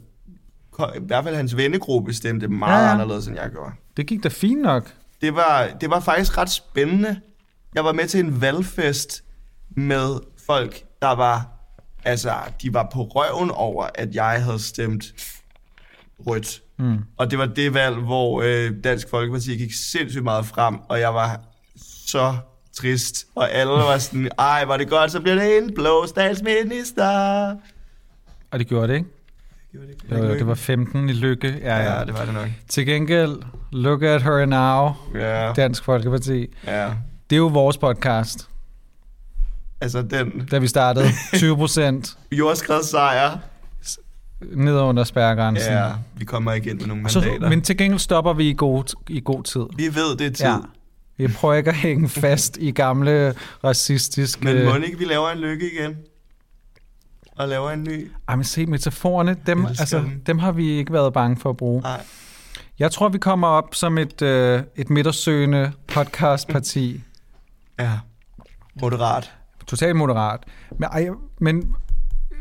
S2: i hvert fald hans vennegruppe stemte meget
S1: Ja,
S2: ja,
S1: ja.
S2: ja. anderledes, end jeg gjorde.
S1: Det gik da fint nok.
S2: Det var, det var faktisk ret spændende. Jeg var med til en valgfest med folk, der var... Altså, de var på røven over, at jeg havde stemt rødt. Mm. Og det var det valg, hvor øh, Dansk Folkeparti gik sindssygt meget frem, og jeg var så trist. Og alle var sådan, ej, var det godt, så bliver det en blå statsminister.
S1: Og det gjorde det, ikke?
S2: Gjorde det ikke?
S1: Jo, jo, det var 15 i lykke. Ja, ja.
S2: Ja, det var det nok.
S1: Til gengæld, look at her now,
S2: Ja,
S1: Dansk Folkeparti.
S2: ja.
S1: Det er jo vores podcast,
S2: Altså, den
S1: da vi
S2: <laughs>
S1: startede. 20 procent
S2: jordskredssejr.
S1: ned under spærregrænsen.
S2: Ja, vi kommer ikke ind med nogle
S1: Så,
S2: mandater.
S1: men til gengæld stopper vi i god, i god tid.
S2: Vi ved, det er tid.
S1: Ja.
S2: Ja.
S1: Vi prøver ikke at hænge fast i gamle racistiske...
S2: Men må ikke, vi laver en lykke igen? Og laver en ny?
S1: Ej, men se, metaforerne, dem,
S2: Elsker
S1: altså,
S2: dem.
S1: dem har vi ikke været bange for at bruge.
S2: Nej.
S1: Jeg tror, vi kommer op som et, øh, et midtersøgende podcastparti.
S2: Ja. Moderat.
S1: Totalt moderat. Men, ej, men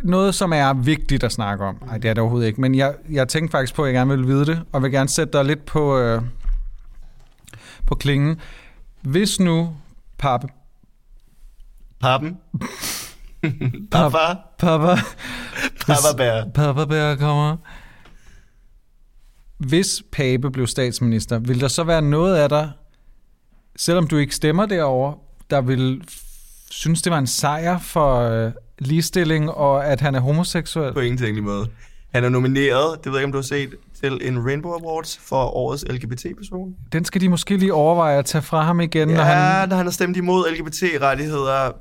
S1: noget, som er vigtigt at snakke om. Ej, det er det overhovedet ikke. Men jeg, jeg tænkte faktisk på, at jeg gerne ville vide det, og vil gerne sætte dig lidt på, øh, på klingen. Hvis nu Pappe,
S2: Pappen. <laughs> Papa.
S1: Papa,
S2: Papa Bær.
S1: Papa Bear kommer. Hvis Pape blev statsminister, ville der så være noget af dig, selvom du ikke stemmer derover, der vil synes, det var en sejr for øh, ligestilling og at han er homoseksuel?
S2: På ingen tænkelig måde. Han er nomineret, det ved jeg ikke, om du har set, til en Rainbow Awards for årets LGBT-person.
S1: Den skal de måske lige overveje at tage fra ham igen, ja.
S2: Ja,
S1: når han...
S2: han... han har stemt imod LGBT-rettigheder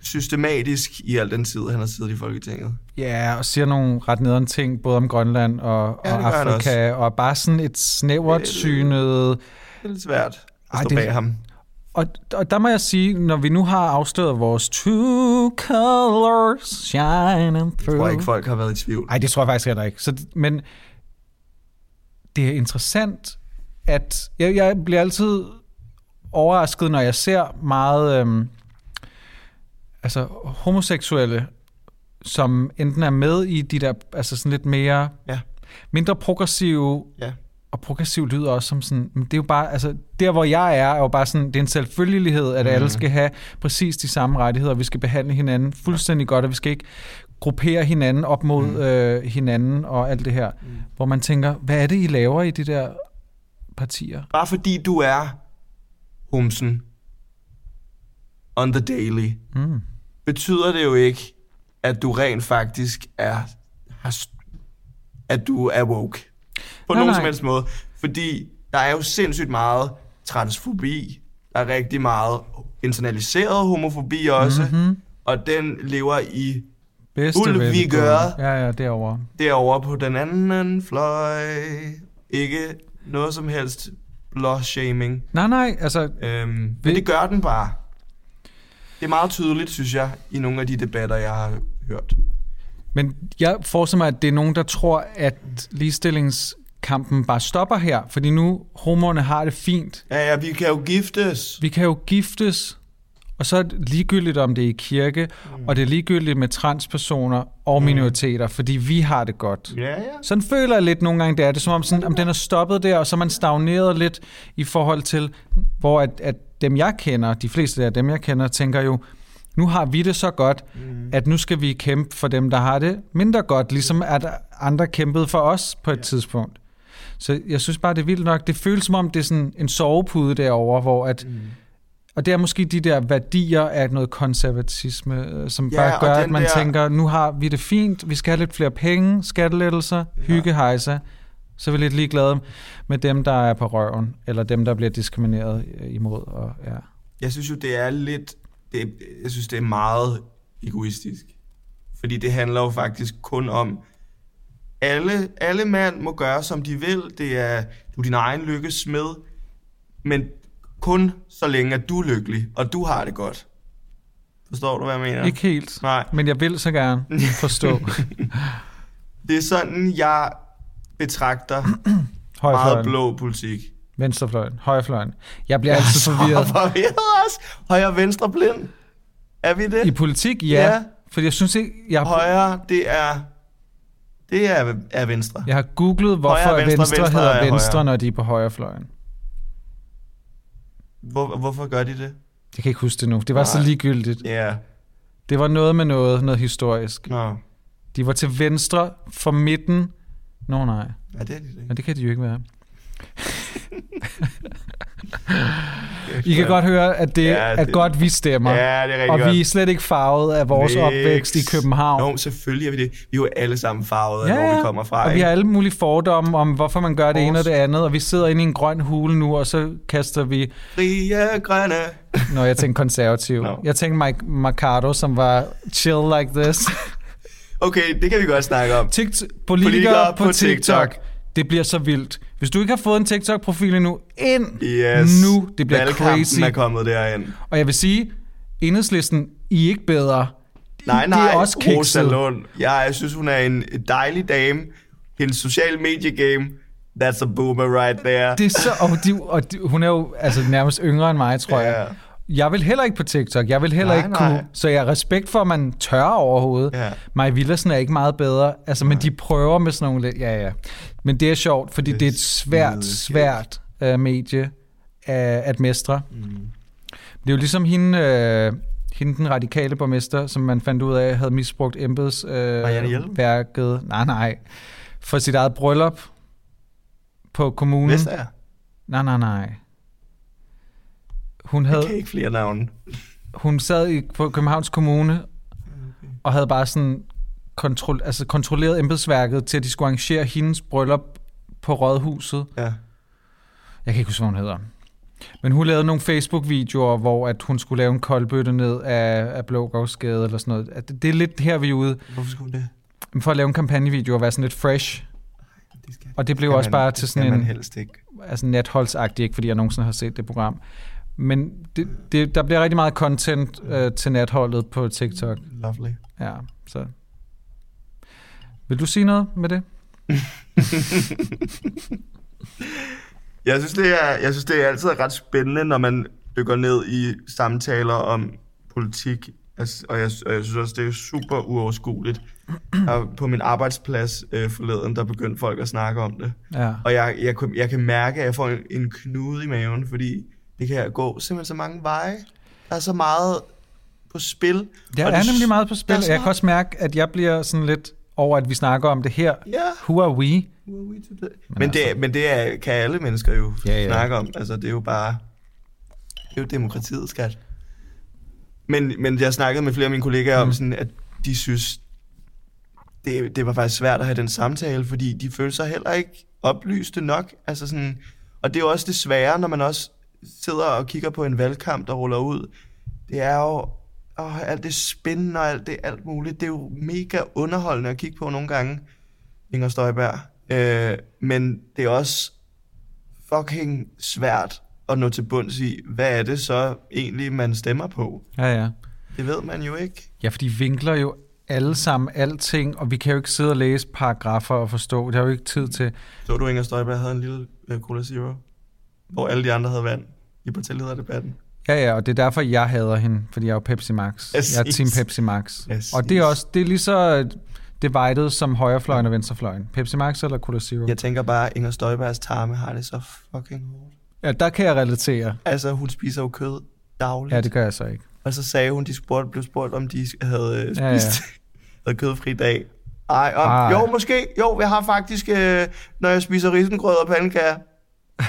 S2: systematisk i al den tid, han har siddet i Folketinget.
S1: Ja, og siger nogle ret nederen ting, både om Grønland og,
S2: Ja,
S1: og
S2: det gør han
S1: Afrika, og er bare sådan et snævert
S2: Det-
S1: synet...
S2: Det er lidt svært at
S1: Ej,
S2: stå
S1: det-
S2: bag ham.
S1: Og, og der må jeg sige, når vi nu har afsløret vores two colors shining
S2: Jeg
S1: through...
S2: tror ikke, folk har været i tvivl.
S1: Ej, det tror jeg faktisk heller ikke. Så, d- men det er interessant, at jeg, jeg bliver altid overrasket, når jeg ser meget øhm, altså homoseksuelle, som enten er med i de der altså sådan lidt mere
S2: Ja,
S1: mindre progressive
S2: ja.
S1: og progressiv lyder også som sådan, men det er jo bare, altså, der hvor jeg er, er jo bare sådan, det er en selvfølgelighed, at mm.
S2: Mhm.
S1: alle skal have præcis de samme rettigheder, og vi skal behandle hinanden fuldstændig godt, og vi skal ikke gruppere hinanden op mod
S2: Mhm.
S1: mm. øh, hinanden og alt det her. Mm. Hvor man tænker, hvad er det, I laver i de der partier?
S2: Bare fordi du er humsen on the daily, mm. betyder det jo ikke, at du rent faktisk er, har, s- at du er woke. På
S1: Nej, nej.
S2: nej, nogen nej. som helst måde. Fordi der er jo sindssygt meget transfobi. Der er rigtig meget internaliseret homofobi også. Mm-hmm. Og den lever i
S1: Bedste
S2: Ulv, vi
S1: velgående.
S2: gør.
S1: Ja, ja, derovre.
S2: derovre på den anden fløj. Ikke noget som helst blåshaming.
S1: Nej, nej, altså,
S2: Øhm, men
S1: Vi-
S2: det gør den bare. Det er meget tydeligt, synes jeg, i nogle af de debatter, jeg har hørt.
S1: Men jeg forestiller mig, at det er nogen, der tror, at ligestillingskampen bare stopper her, fordi nu homoerne har det fint.
S2: Ja, ja, vi kan jo giftes.
S1: Vi kan jo giftes, og så er det ligegyldigt, om det er i kirke, mm. og det er ligegyldigt med transpersoner og minoriteter, fordi vi har det godt.
S2: Ja, ja.
S1: Sådan føler jeg lidt nogle gange, det er det, er som om sådan, om den er stoppet der, og så er man stagneret lidt i forhold til, hvor at, at dem jeg kender, de fleste af dem jeg kender, tænker jo, nu har vi det så godt, mm. at nu skal vi kæmpe for dem, der har det mindre godt, ligesom at andre kæmpede for os på et ja. tidspunkt. Så jeg synes bare, det er vildt nok. Det føles som om, det er sådan en sovepude derovre, hvor at, mm. og det er måske de der værdier af noget konservatisme, øh, som
S2: Ja,
S1: ja, bare
S2: og
S1: gør, at
S2: den
S1: man der...
S2: der-
S1: tænker, nu har vi det fint, vi skal have lidt flere penge, skattelettelser, ja. hyggehejser, Så er vi lidt ligeglade med dem, der er på røven, eller dem, der bliver diskrimineret øh, imod. Og, ja.
S2: Jeg synes jo, det er lidt... Det, jeg synes, det er meget egoistisk. Fordi det handler jo faktisk kun om... Alle, alle mand må gøre, som de vil. Det er du er din egen lykkes smed. Men kun så længe, at du er lykkelig, og du har det godt. Forstår du, hvad jeg mener?
S1: Ikke helt,
S2: Nej.
S1: men jeg vil så gerne
S2: <laughs>
S1: forstå
S2: Det er sådan, jeg betragter meget
S1: højrefløjen,
S2: blå politik.
S1: venstrefløjen, højrefløjen. Jeg bliver altid forvirret.
S2: forvirret også. Højre venstre blind. Er vi det?
S1: I politik, ja.
S2: Ja.
S1: ja. For jeg synes ikke, jeg,
S2: Højre, det er... Det er, er venstre.
S1: jeg har googlet, hvorfor
S2: Højre,
S1: højre,
S2: venstre,
S1: venstre, venstre,
S2: venstre er
S1: hedder venstre,
S2: højre.
S1: når de er på højrefløjen.
S2: Hvor, hvorfor gør de det?
S1: Jeg kan ikke huske det nu. Det var Nej. så
S2: Nej.
S1: ligegyldigt.
S2: Ja, yeah.
S1: Det var noget med noget, noget historisk.
S2: nå.
S1: De var til venstre for midten. Nå nej,
S2: Ja, det er de det ikke.
S1: men det kan de jo ikke være. I kan godt høre, at det,
S2: Ja,
S1: ja, det
S2: det-
S1: er godt, vi stemmer.
S2: Ja, det er rigtig
S1: og
S2: godt.
S1: vi er slet ikke farvet af vores
S2: Niks.
S1: opvækst i København.
S2: Jo, selvfølgelig er vi det. Vi er jo alle sammen farvet af,
S1: Ja,
S2: hvor vi
S1: ja.
S2: kommer fra.
S1: og vi
S2: ikke?
S1: har alle mulige fordomme om, hvorfor man gør det ene og
S2: Vores-
S1: det andet, og vi sidder inde i en grøn hule nu, og så kaster vi,
S2: Frie, grønne.
S1: når jeg tænker konservativ,
S2: Nå.
S1: jeg tænker Mike Mercado, som var chill like this.
S2: Okay, det kan vi godt snakke om.
S1: TikTok, politikere på, på TikTok. Det bliver så vildt. Hvis du ikke har fået en TikTok-profil endnu, ind
S2: Yes.
S1: nu. Det bliver
S2: Valgkampen
S1: crazy.
S2: er kommet derhen.
S1: Og jeg vil sige, enhedslisten, I er ikke bedre.
S2: Nej,
S1: det
S2: nej,
S1: er også
S2: Rosa
S1: kikset.
S2: Lund. Ja, jeg synes, hun er en dejlig dame. Hendes social media game, that's a boomer right there.
S1: Det er så, og, de, og de, hun er jo altså, nærmest yngre end mig, tror jeg. Jeg vil heller ikke på TikTok. Jeg vil heller
S2: Nej,
S1: ikke
S2: nej.
S1: kunne. Så jeg har respekt for, at man tør overhovedet.
S2: Ja.
S1: Maja Villersen er ikke meget bedre. Altså, men de prøver med sådan nogle... lidt- Ja, ja. Men det er sjovt, fordi det, det er et svært,
S2: skide
S1: svært uh, medie uh, at mestre. Mm. Det er jo ligesom hende, uh, hende, den radikale borgmester, som man fandt ud af, havde misbrugt
S2: Marianne Hjelved?
S1: embedsværket. Uh, nej, nej. For sit eget bryllup på kommunen.
S2: Vestager.
S1: Nej, nej, nej. Hun
S2: Jeg
S1: havde,
S2: kan ikke flere navne.
S1: hun sad i, på Københavns Kommune og havde bare sådan kontrol, altså kontrolleret embedsværket til, at de skulle arrangere hendes bryllup på Rådhuset.
S2: Ja.
S1: Jeg kan ikke huske, hvad hun hedder. Men hun lavede nogle Facebook-videoer, hvor at hun skulle lave en koldbøtte ned af, af Blågårdsgade eller sådan noget. At det, det er lidt her, vi er ude
S2: Hvorfor skulle hun det?
S1: for at lave en kampagnevideo og være sådan lidt fresh.
S2: det skal,
S1: Og det blev også bare til sådan
S2: skal
S1: en...
S2: man helst ikke.
S1: altså natholdsagtig, ikke fordi jeg nogensinde har set det program. Men det, det, der bliver rigtig meget content øh, til natholdet på TikTok.
S2: Lovely.
S1: Ja, så. Vil du sige noget med det?
S2: Jeg synes, det er, jeg synes, det er altid ret spændende, når man dykker ned i samtaler om politik. Altså, Og jeg, og jeg synes også, det er super uoverskueligt. Og på min arbejdsplads øh, forleden, der begyndte folk at snakke om det.
S1: Ja.
S2: Og jeg, jeg, kunne- jeg kan mærke, at jeg får en, en knude i maven, fordi det kan gå simpelthen så mange veje. Der er så meget på spil.
S1: Der
S2: og
S1: er
S2: det-
S1: nemlig meget på spil,
S2: der er
S1: og
S2: så
S1: jeg kan
S2: meget-
S1: også mærke, at jeg bliver sådan lidt over, at vi snakker om det her.
S2: Ja.
S1: Who are we?
S2: Men det, men det er, kan alle mennesker jo ja,
S1: Ja,
S2: ja.
S1: ja.
S2: snakke om. Altså, det er jo bare... Det er jo demokratiet, skat. Men, men jeg snakkede med flere af mine kollegaer mm. om, sådan, at de synes, det, det var faktisk svært at have den samtale, fordi de følte sig heller ikke oplyste nok. Altså sådan, og det er jo også det svære, når man også sidder og kigger på en valgkamp, der ruller ud. Det er jo åh, alt det spændende og alt det alt muligt. Det er jo mega underholdende at kigge på nogle gange. Inger Støjberg. Øh, men det er også fucking svært at nå til bunds i, hvad er det så egentlig, man stemmer på?
S1: Ja, ja.
S2: Det ved man jo ikke.
S1: Ja, for de vinkler jo alle sammen alting, og vi kan jo ikke sidde og læse paragrafer og forstå. Det har vi jo ikke tid til.
S2: Så du, Inger Støjberg havde en lille øh, Cola Zero, hvor alle de andre havde vand i partilederdebatten.
S1: Ja, ja, og det er derfor, jeg hader hende, fordi jeg er jo Pepsi Max.
S2: Præcis.
S1: Jeg er Team Pepsi Max.
S2: Præcis.
S1: Og det er også det er lige så divided som højrefløjen og venstrefløjen. Pepsi Max eller Cola Zero? Ja.
S2: Jeg tænker bare, Inger Støjbergs tarme har det så fucking hårdt.
S1: ja, der kan jeg relatere.
S2: Altså, hun spiser jo kød dagligt.
S1: Ja, det gør jeg så ikke.
S2: Og så sagde hun, de spurgte, blev spurgt, om de havde øh, spist <laughs> ja,
S1: Ja, Ah.
S2: ja. havde kødfri dag. Ej, om,
S1: Ej.
S2: jo, måske. Jo, jeg har faktisk, øh, når jeg spiser risengrød og pandekager. <laughs>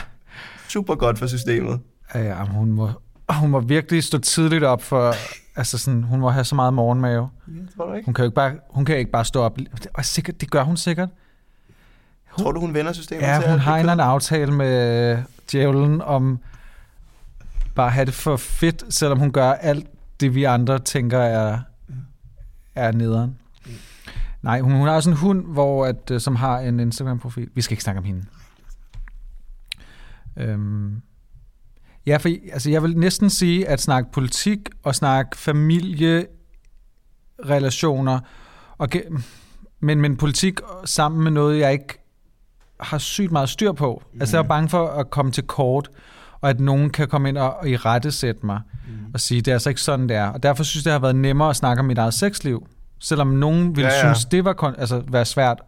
S2: Super godt for systemet.
S1: Ja, ja, men hun må, hun må virkelig stå tidligt op for... Altså sådan, hun må have så meget morgenmave.
S2: Ja, tror du ikke?
S1: Hun kan jo ikke bare, hun kan ikke bare stå op... Og sikkert, det gør hun sikkert.
S2: Tror du, hun vender systemet til?
S1: Ja, hun
S2: at-
S1: har en eller anden aftale med djævlen om bare at have det for fedt, selvom hun gør alt det, vi andre tænker er, er nederen.
S2: Mm.
S1: Nej, hun, hun har også en hund, hvor at, øh, som har en Instagram-profil. Vi skal ikke snakke om hende. Øhm. Ja, for altså, jeg vil næsten sige, at snakke politik og snakke familierelationer, og ge- men, men politik sammen med noget, jeg ikke har sygt meget styr på. Mm. Altså jeg
S2: Mhm.
S1: er bange for at komme til kort, og at nogen kan komme ind og, og i rette sætte mig,
S2: Mhm.
S1: mm. og sige, det er altså ikke sådan, det er. Og derfor synes jeg, det har været nemmere at snakke om mit eget sexliv. Selvom nogen ville
S2: Ja,
S1: ja,
S2: ja.
S1: ja. synes, det var kon- altså, være svært,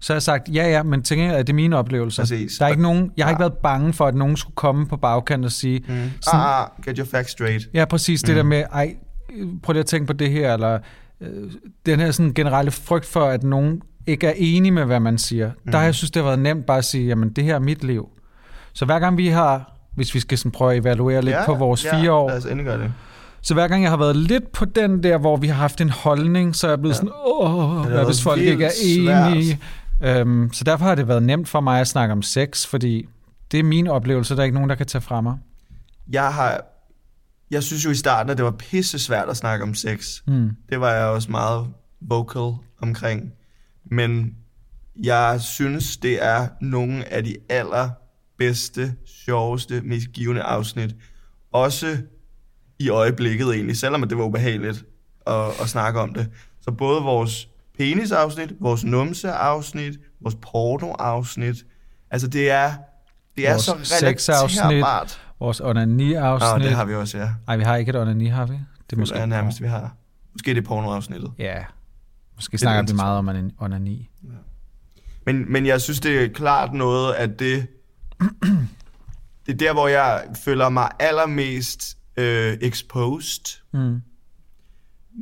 S1: så har jeg sagt, ja ja, men tænk at det er mine oplevelser.
S2: Præcis.
S1: Der er ikke nogen, jeg har
S2: Ja.
S1: ikke været bange for, at nogen skulle komme på bagkanten og sige, mm. sådan,
S2: Ah, ah, get your facts straight.
S1: Ja, præcis. Det der med, ej, øh, prøv lige at tænke på det her, eller øh, den her sådan generelle frygt for, at nogen ikke er enige med, hvad man siger. Mm. Der har jeg synes, det har været nemt bare at sige, jamen det her er mit liv. Så hver gang vi har, hvis vi skal sådan prøve at evaluere lidt ja, på vores ja, fire år,
S2: Lad os endelig gøre det.
S1: så hver gang jeg har været lidt på den der, hvor vi har haft en holdning, så er jeg blevet ja. sådan, åh, hvad
S2: været
S1: hvis folk
S2: vildt
S1: ikke er enige? Øhm, så derfor har det været nemt for mig at snakke om sex, fordi det er min oplevelse, der er ikke nogen, der kan tage fra mig.
S2: Jeg har... Jeg synes jo i starten, at det var pisse svært at snakke om sex.
S1: Mm.
S2: Det var jeg også meget vocal omkring. Men jeg synes, det er nogle af de allerbedste, sjoveste, mest givende afsnit. Også i øjeblikket egentlig, selvom at det var ubehageligt at, at snakke om det. Så både vores penisafsnit, vores numseafsnit, vores pornoafsnit, altså det er, det er
S1: Vores
S2: så
S1: sexafsnit.
S2: relaterbart.
S1: Vores
S2: Nå,
S1: onani-afsnit.
S2: Ah, det har vi også, ja.
S1: Nej, vi har ikke et onani, har vi? Det er
S2: Måske
S1: måske
S2: det er nærmest, vi har. Måske det er pornoafsnittet.
S1: Ja. Måske
S2: er
S1: snakker
S2: det
S1: vi meget om onan- onani.
S2: Men, men jeg synes, det er klart noget, at det... <clears throat> Det er der, hvor jeg føler mig allermest øh, exposed.
S1: Mm.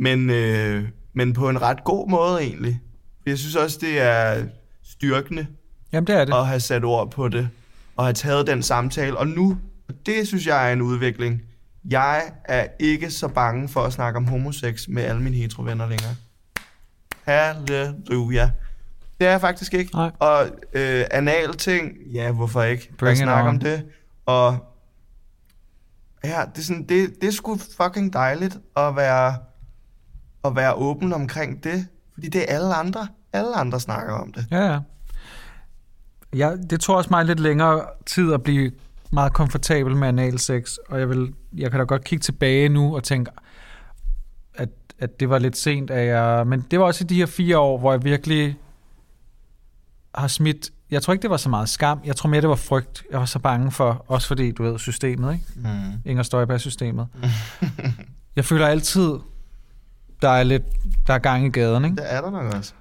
S2: Men, øh, men på en ret god måde, egentlig. Jeg synes også, det er styrkende
S1: Jamen, det er det.
S2: <laughs> at have sat ord på det, og have taget den samtale. Og nu, og det synes jeg er en udvikling. Jeg er ikke så bange for at snakke om homosex med alle mine heterovenner længere. Halleluja. Det er jeg faktisk ikke.
S1: Nej.
S2: Og øh, anal ting, ja, hvorfor ikke? Lad
S1: Bring
S2: os
S1: it
S2: snakke
S1: on.
S2: om det. Og ja, det er, sådan, det, det er sgu fucking dejligt at være, at være åben omkring det. Fordi det er alle andre. Alle andre snakker om det.
S1: Ja, ja. ja. Det tog også mig lidt længere tid at blive meget komfortabel med analsex, og jeg, vil, jeg kan da godt kigge tilbage nu og tænke, at, at det var lidt sent, at jeg, men det var også i de her fire år, hvor jeg virkelig har smidt, jeg tror ikke, det var så meget skam, jeg tror mere, det var frygt, jeg var så bange for, også fordi, du ved, systemet, ikke?
S2: Mm.
S1: Inger Støjberg-systemet. jeg føler altid, der er lidt, der er gang i gaden, ikke?
S2: Det er der nok også.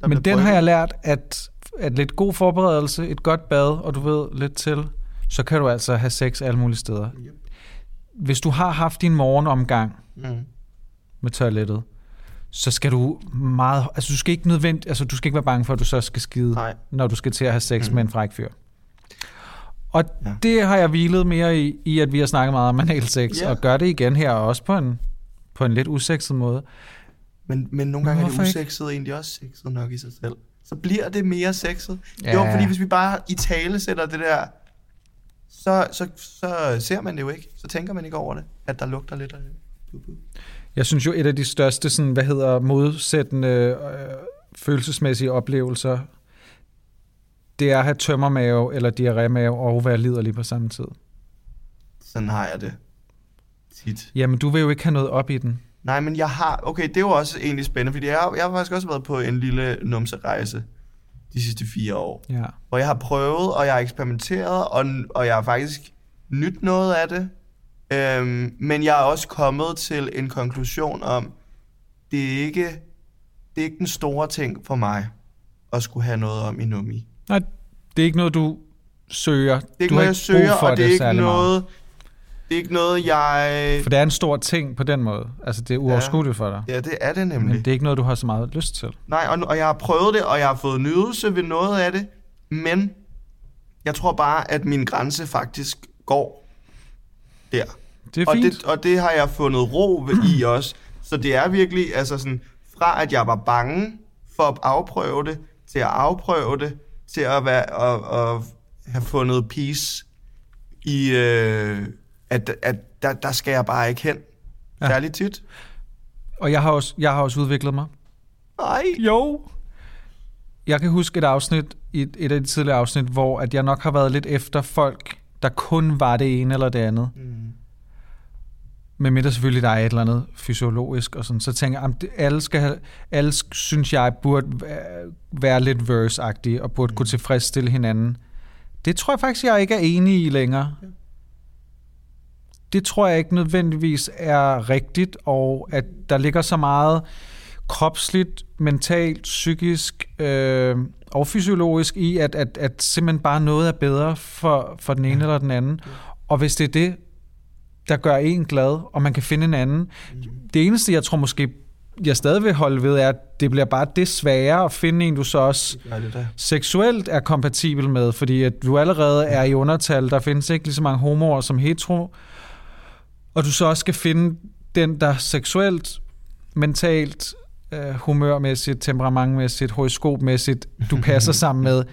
S2: Der
S1: Men
S2: bliver
S1: den har jeg
S2: brygget.
S1: lært, at, at lidt god forberedelse, et godt bad, og du ved lidt til, så kan du altså have sex alle mulige steder.
S2: Yep.
S1: Hvis du har haft din morgenomgang
S2: Mm.
S1: med toilettet, så skal du meget... Altså, du skal ikke nødvendigt... Altså, du skal ikke være bange for, at du så skal skide,
S2: Nej.
S1: når du skal til at have sex mm. med en fræk fyr. Og
S2: Ja.
S1: ja. det har jeg hvilet mere i, i, at vi har snakket meget om analsex,
S2: Ja.
S1: yeah. og gør det igen her, og også på en, på en lidt usexet måde.
S2: Men, men nogle gange
S1: Hvorfor
S2: er det
S1: ikke?
S2: usexet egentlig også sexet nok i sig selv. Så bliver det mere sexet. Ja.
S1: Ja.
S2: Jo, fordi hvis vi bare i tale sætter det der, så, så, så ser man det jo ikke. Så tænker man ikke over det, at der lugter lidt af det. Bu-bu.
S1: Jeg synes jo, et af de største, sådan, hvad hedder, modsættende øh, følelsesmæssige oplevelser, det er at have tømmermave eller diarrémave og være liderlig på samme tid.
S2: Sådan har jeg det tit.
S1: Jamen, du vil jo ikke have noget op i den.
S2: Nej, men jeg har... Okay, det er jo også egentlig spændende, fordi jeg, har- jeg har faktisk også været på en lille numserejse de sidste fire år.
S1: Ja.
S2: hvor jeg har prøvet, og jeg har eksperimenteret, og, og jeg har faktisk nyt noget af det. Øhm, men jeg er også kommet til en konklusion om, det er ikke, det er ikke den store ting for mig at skulle have noget om i nummi.
S1: Nej, det er ikke noget, du søger. Det
S2: Det er
S1: du
S2: ikke
S1: har
S2: noget, jeg søger,
S1: brug for
S2: og det er ikke
S1: særlig meget.
S2: noget, det er ikke noget, jeg...
S1: For det er en stor ting på den måde. Altså, det er uoverskueligt for dig.
S2: Ja, det er det nemlig.
S1: Men det er ikke noget, du har så meget lyst til.
S2: Nej, og, og jeg har prøvet det, og jeg har fået nydelse ved noget af det, men jeg tror bare, at min grænse faktisk går der.
S1: Det er
S2: og,
S1: fint.
S2: det, og det har jeg fundet ro ved
S1: <clears throat>
S2: i også. Så det er virkelig, altså sådan, fra at jeg var bange for at afprøve det, til at afprøve det, til at, være, at, at have fundet peace i, øh, at, at der, der skal jeg bare ikke hen. Ja. Særligt tit.
S1: Og jeg har, også, jeg har også udviklet mig.
S2: Nej.
S1: Jo. Jeg kan huske et afsnit, et, et af de tidligere afsnit, hvor at jeg nok har været lidt efter folk, der kun var det ene eller det andet. Mm. Men mindre selvfølgelig, der er et eller andet fysiologisk og sådan. Så tænker jeg, jamen, det- alle, skal have, alle sk- synes jeg burde væ- være lidt verse og burde kunne tilfredsstille hinanden. Det tror jeg faktisk, jeg ikke er enig i længere. Det tror jeg ikke nødvendigvis er rigtigt, og at der ligger så meget kropsligt, mentalt, psykisk øh, og fysiologisk i, at, at, at simpelthen bare noget er bedre for, for den ene ja. eller den anden. Og hvis det er det, der gør en glad, og man kan finde en anden. Det eneste, jeg tror måske, jeg stadig vil holde ved, er, at det bliver bare det sværere at finde en, du så også seksuelt er kompatibel med, fordi at du allerede er i undertal, der findes ikke lige så mange homoer som hetero, og du så også skal finde den, der seksuelt, mentalt, øh, humørmæssigt, temperamentmæssigt, horoskopmæssigt,
S2: <laughs>
S1: du passer sammen med,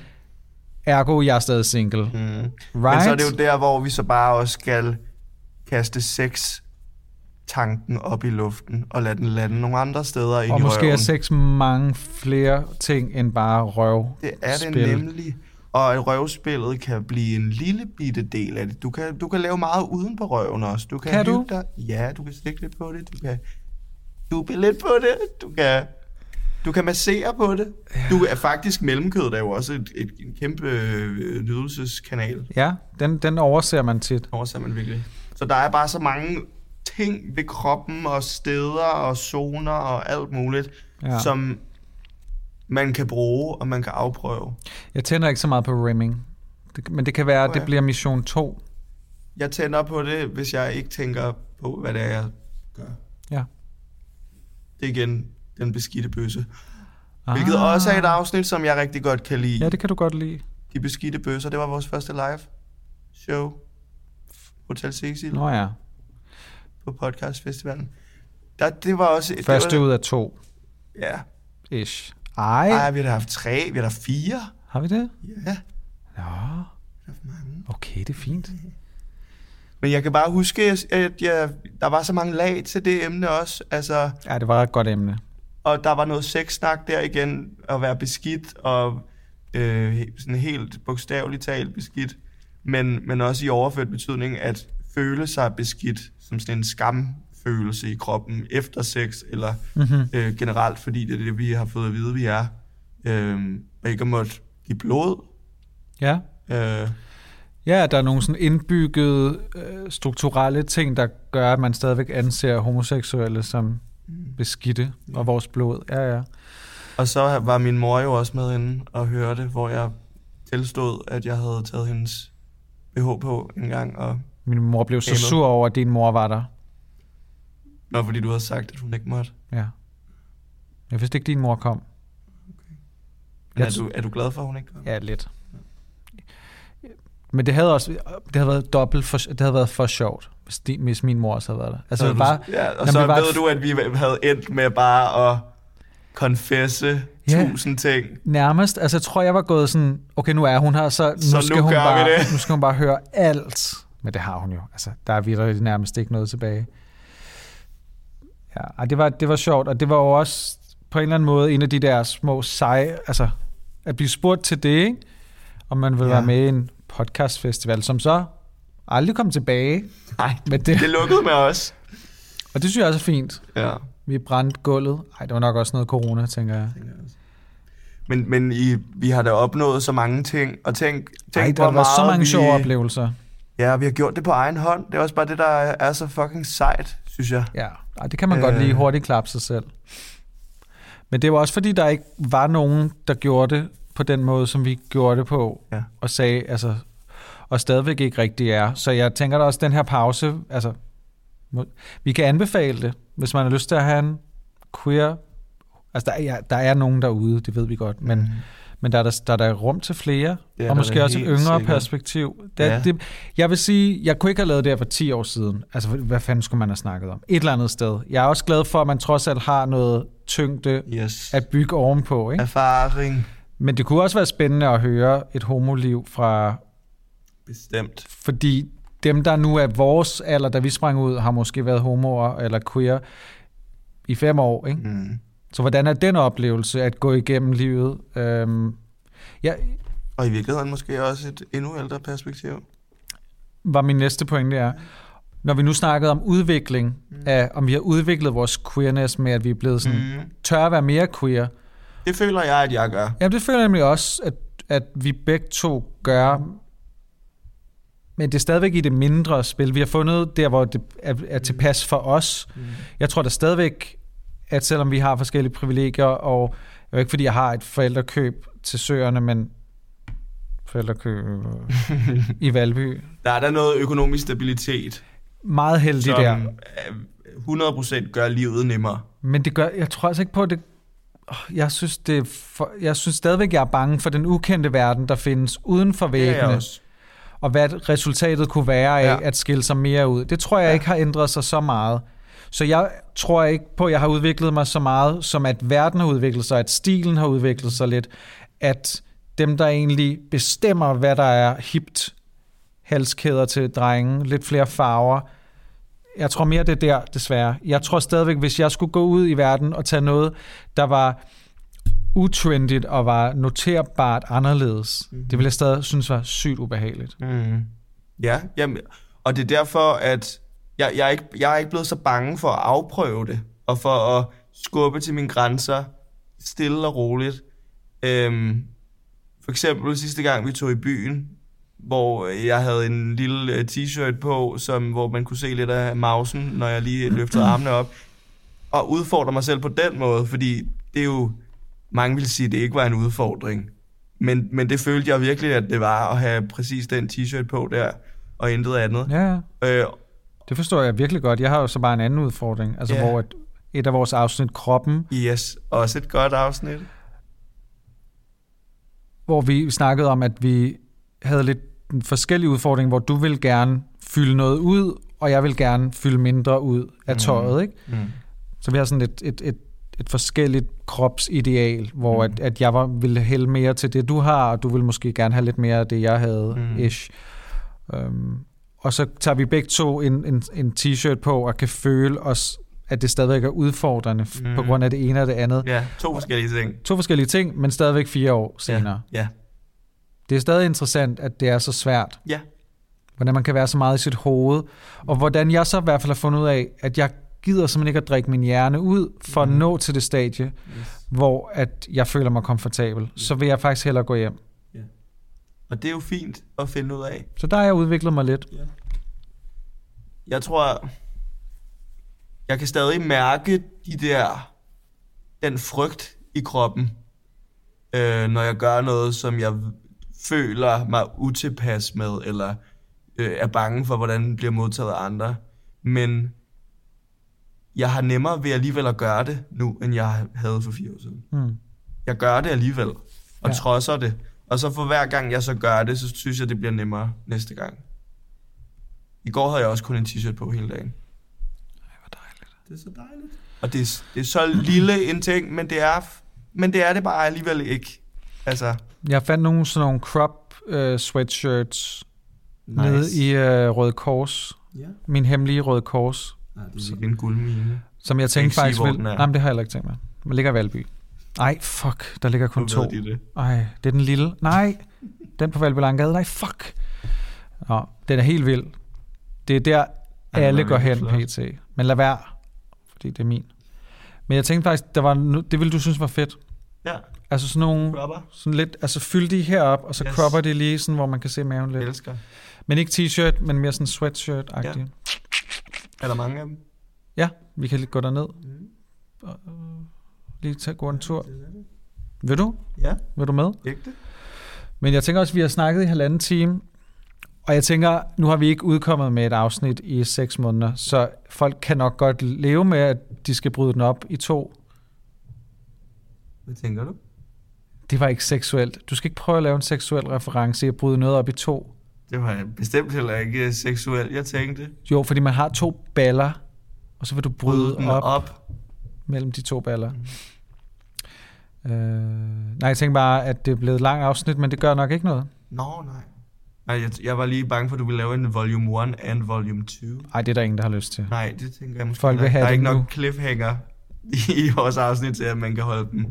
S1: ergo jeg er stadig single. Mm. Right?
S2: Men så er det jo der, hvor vi så bare også skal kaste sex tanken op i luften og lade den lande nogle andre steder ind
S1: og
S2: i
S1: måske er
S2: røven.
S1: sex mange flere ting end bare røv.
S2: Det er det nemlig. Og at røvspillet kan blive en lille bitte del af det. Du kan, du kan lave meget uden på røven også. Du kan,
S1: Kan du?
S2: hygge Dig. Ja, du kan slikke lidt på det. Du kan dupe lidt på det. Du kan, du kan massere på det. Du er faktisk mellemkødet er jo også et, et, en kæmpe øh, nydelseskanal.
S1: Ja, den, den overser man tit.
S2: Overser man virkelig. Så der er bare så mange ting ved kroppen og steder og zoner og alt muligt,
S1: Ja.
S2: ja. som man kan bruge og man kan afprøve.
S1: Jeg tænder ikke så meget på rimming, det, men det kan være, at det
S2: ja.
S1: bliver mission 2.
S2: Jeg tænder på det, hvis jeg ikke tænker på, hvad det er, jeg gør.
S1: Ja.
S2: Det er igen den beskidte bøsse. Hvilket også er et afsnit, som jeg rigtig godt kan lide.
S1: Ah. Ja, det kan du godt lide.
S2: De beskidte bøsser, det var vores første live show. Hotel Cecil
S1: Nå ja,
S2: på podcastfestivalen. Der, det var også... det
S1: første
S2: var,
S1: ud af to,
S2: Ja.
S1: ish. Ej,
S2: Ej, vi har da haft tre, vi har da haft fire.
S1: har vi det?
S2: Ja.
S1: Ja. Okay, det er fint.
S2: Men jeg kan bare huske, at jeg, der var så mange lag til det emne også. Altså,
S1: Ja, det var et godt emne.
S2: Og der var noget sexsnak der igen, at være beskidt, og øh, sådan helt bogstaveligt talt beskidt, men, men også i overført betydning, at føle sig beskidt, som sådan en skamfølelse i kroppen efter sex, eller mm-hmm. øh, generelt, fordi det er det, vi har fået at vide, vi er. Øh, og ikke at måtte give blod.
S1: Ja.
S2: Øh,
S1: Ja, der er nogle sådan indbyggede øh, strukturelle ting, der gør, at man stadigvæk anser homoseksuelle som beskidte og vores blod. Ja, ja.
S2: og så var min mor jo også med inde og hørte, hvor jeg tilstod, at jeg havde taget hendes BH på en gang, og
S1: Min mor blev så
S2: Amen.
S1: sur over, at din mor var der.
S2: Nå, fordi du havde sagt, at hun ikke måtte.
S1: Ja. Jeg vidste ikke, din mor kom.
S2: Men
S1: Jeg
S2: er,
S1: tr-
S2: du, er du glad for, at hun ikke kom?
S1: Ja, lidt. Men det havde også det havde været dobbelt for, det havde været for sjovt, hvis, din, hvis min mor også havde været der. Altså,
S2: Så
S1: så
S2: du,
S1: bare,
S2: ja, og
S1: jamen,
S2: så
S1: det var
S2: ved
S1: et-
S2: du, at vi havde endt med bare at konfesse
S1: Ja.
S2: tusind ting.
S1: Nærmest, altså jeg tror, jeg var gået sådan, okay, nu er hun her, så nu,
S2: Så nu
S1: skal, hun
S2: gør vi
S1: bare,
S2: det.
S1: nu skal hun bare høre alt. Men det har hun jo. Altså, der er virkelig nærmest ikke noget tilbage. Ja, ej, det var, det var sjovt, og det var jo også på en eller anden måde en af de der små seje, altså at blive spurgt til det, ikke? om man ville ja.
S2: Ja.
S1: være med i en podcastfestival, som så aldrig kom tilbage.
S2: Nej,
S1: Men det,
S2: det lukkede med os.
S1: og det synes jeg også er fint.
S2: Ja.
S1: Vi brændte gulvet. Ej, det var nok også noget corona, tænker jeg.
S2: Men, men I, vi har da opnået så mange ting, og tænk, tænk
S1: Ej,
S2: hvor
S1: der var
S2: meget
S1: så mange
S2: vi,
S1: sjove oplevelser.
S2: Ja, vi har gjort det på egen hånd. Det er også bare det, der er så fucking sejt, synes jeg.
S1: Ja, ej, det kan man øh... godt
S2: Øh.
S1: lige hurtigt klappe sig selv. Men det var også fordi, der ikke var nogen, der gjorde det på den måde, som vi gjorde det på,
S2: Ja.
S1: og sagde, altså, og stadigvæk ikke rigtig er. Så jeg tænker da også, den her pause, altså, må- vi kan anbefale det, hvis man har lyst til at have en queer, altså der er, ja, der er nogen derude, det ved vi godt, men, mm. men der, er der, der er der rum til flere,
S2: Det er
S1: og
S2: der
S1: måske
S2: da
S1: også et
S2: helt
S1: yngre
S2: sikkert.
S1: perspektiv. Det, ja.
S2: Ja.
S1: det, jeg vil sige, jeg kunne ikke have lavet det her for 10 år siden. Altså, hvad fanden skulle man have snakket om? Et eller andet sted. Jeg er også glad for, at man trods alt har noget tyngde
S2: Yes.
S1: at bygge ovenpå, ikke?
S2: Erfaring.
S1: Men det kunne også være spændende at høre et homoliv fra,
S2: Bestemt.
S1: fordi dem, der nu er vores alder, da vi sprang ud, har måske været homoer eller queer i fem år, ikke?
S2: Mm.
S1: Så hvordan er den oplevelse at gå igennem livet? Øhm, ja,
S2: Og i virkeligheden måske også et endnu ældre perspektiv.
S1: var min næste pointe er, når vi nu snakkede om udvikling, af, om vi har udviklet vores queerness med, at vi er blevet sådan,
S2: Mm.
S1: tør at være mere queer.
S2: Det føler jeg, at jeg gør.
S1: Jamen det føler jeg nemlig også, at, at vi begge to gør, men det er stadigvæk i det mindre spil. Vi har fundet der, hvor det er, er tilpas for os. Mm. Jeg tror da stadigvæk, at selvom vi har forskellige privilegier, og det er jo ikke fordi, jeg har et forældrekøb til søerne, men forældrekøb i Valby.
S2: Der er der noget økonomisk stabilitet,
S1: Meget heldig
S2: som
S1: der.
S2: øh, 100% gør livet nemmere.
S1: Men det gør, jeg tror altså ikke på, at det... Åh, Jeg synes, det er for, jeg synes stadigvæk, jeg er bange for den ukendte verden, der findes uden for
S2: Det er
S1: væggene.
S2: jeg også.
S1: og hvad resultatet kunne være af
S2: Ja.
S1: ja. at skille sig mere ud. Det tror jeg ja. ikke har ændret sig så meget. Så jeg tror ikke på, at jeg har udviklet mig så meget, som at verden har udviklet sig, at stilen har udviklet sig lidt, at dem, der egentlig bestemmer, hvad der er hipt, halskæder til drenge, lidt flere farver. Jeg tror mere, det er der, desværre. Jeg tror stadigvæk, hvis jeg skulle gå ud i verden og tage noget, der var utrendigt og var noterbart anderledes, mm-hmm. det ville jeg stadig synes var sygt ubehageligt.
S2: Mm. Ja, jamen, og det er derfor, at jeg, jeg, er ikke, jeg er ikke blevet så bange for at afprøve det, og for at skubbe til mine grænser stille og roligt. Øhm, for eksempel sidste gang, vi tog i byen, hvor jeg havde en lille øh, t-shirt på, som, hvor man kunne se lidt af mausen, når jeg lige
S1: <clears throat>
S2: løftede armene op, og udfordre mig selv på den måde, fordi det er jo, mange ville sige, at det ikke var en udfordring. Men, men det følte jeg virkelig, at det var at have præcis den t-shirt på der, og intet andet.
S1: Ja, ja.
S2: Øh,
S1: Det forstår jeg virkelig godt. Jeg har jo så bare en anden udfordring, altså
S2: Ja.
S1: yeah. hvor et, et af vores afsnit, kroppen,
S2: yes, også et godt afsnit.
S1: hvor vi snakkede om, at vi havde lidt en forskellig udfordring, hvor du vil gerne fylde noget ud, og jeg vil gerne fylde mindre ud af tøjet, ikke?
S2: Mm.
S1: Så vi har sådan et, et, et, et forskelligt kropsideal, hvor mm. at, at jeg var, ville hælde mere til det, du har, og du ville måske gerne have lidt mere af det, jeg havde,
S2: Mm.
S1: mm. ish. Um, og så tager vi begge to en, en, en t-shirt på, og kan føle os, at det stadigvæk er udfordrende, mm. på
S2: Mm.
S1: grund af det ene og det andet.
S2: Ja, to forskellige ting.
S1: To forskellige ting, men stadigvæk fire år senere. Ja.
S2: Ja,
S1: Det er stadig interessant, at det er så svært
S2: ja.
S1: hvordan man kan være så meget i sit hoved, og hvordan jeg så i hvert fald har fundet ud af, at jeg gider simpelthen ikke at drikke min hjerne ud for mm. at nå til det stadie,
S2: Yes.
S1: hvor at jeg føler mig komfortabel. Så vil jeg faktisk hellere gå hjem.
S2: Og det er jo fint at finde ud af.
S1: Så der har jeg udviklet mig lidt.
S2: Jeg tror, jeg kan stadig mærke de der, den frygt i kroppen, øh, når jeg gør noget, som jeg føler mig utilpas med, eller øh, er bange for, hvordan den bliver modtaget af andre. Men jeg har nemmere ved alligevel at gøre det nu, end jeg havde for fire år siden.
S1: Mm.
S2: Jeg gør det alligevel, og ja.
S1: Ja.
S2: trodser det. Og så for hver gang jeg så gør det, så synes jeg, det bliver nemmere næste gang. I går havde jeg også kun en t-shirt på hele dagen. Det er så dejligt. Og det er, det er så lille en ting, men det er, men det, er det bare alligevel ikke. Altså,
S1: Jeg fandt nogle sådan nogle crop øh, sweatshirts nice.
S2: Nice.
S1: nede i øh, Røde Kors.
S2: ja.
S1: Min hemmelige Røde Kors,
S2: Nej, det er virkelig en guldmine.
S1: som jeg
S2: ikke
S1: tænkte
S2: sige,
S1: faktisk...
S2: hvor
S1: Vil...
S2: den er.
S1: Nej, men det har jeg heller ikke tænkt mig. Den ligger i Valby. Ej, fuck, der ligger kun
S2: Nu
S1: to.
S2: ved de det.
S1: Ej, det er den lille. Nej, den på Valby Langgade. Nej, fuck. Nå, den er helt vild. Det er der,
S2: den er
S1: alle går hen,
S2: virkelig
S1: pt. Men lad være, fordi det er min. Men jeg tænkte faktisk, der var no- det ville du synes var fedt.
S2: Ja,
S1: Altså sådan nogle,
S2: rapper.
S1: sådan lidt, altså fyld de herop, og så
S2: Yes.
S1: yes. cropper de lige, sådan, hvor man kan se maven
S2: Jeg
S1: lidt.
S2: elsker.
S1: Men ikke t-shirt, men mere sådan sweatshirt-agtigt.
S2: Ja.
S1: Ja.
S2: Er der mange af dem?
S1: ja, vi kan lige gå derned. Og, øh, lige tage, gå en tur. Vil du?
S2: Ja,
S1: Vil du med?
S2: ægte.
S1: Men jeg tænker også, at vi har snakket i halvanden time, og jeg tænker, nu har vi ikke udkommet med et afsnit i seks måneder, så folk kan nok godt leve med, at de skal bryde den op i to.
S2: Hvad tænker du?
S1: Det var ikke seksuelt. Du skal ikke prøve at lave en seksuel reference i at bryde noget op i to.
S2: Det var bestemt heller ikke øh, seksuelt, jeg tænkte.
S1: Jo, fordi man har to baller, og så vil du bryde
S2: Bryde den
S1: op,
S2: op.
S1: mellem de to baller. Mm. Øh, nej, jeg tænker bare, at det er blevet et langt afsnit, men det gør nok ikke noget.
S2: Nå, nej. Nej, jeg, jeg var lige bange for, at du ville lave en volume 1 and volume 2.
S1: Nej, det er der ingen, der har lyst til.
S2: Nej, det tænker jeg måske.
S1: Folk vil
S2: der,
S1: have
S2: der er
S1: det
S2: ikke nok
S1: nu.
S2: cliffhanger <laughs> i vores afsnit til, at man kan holde dem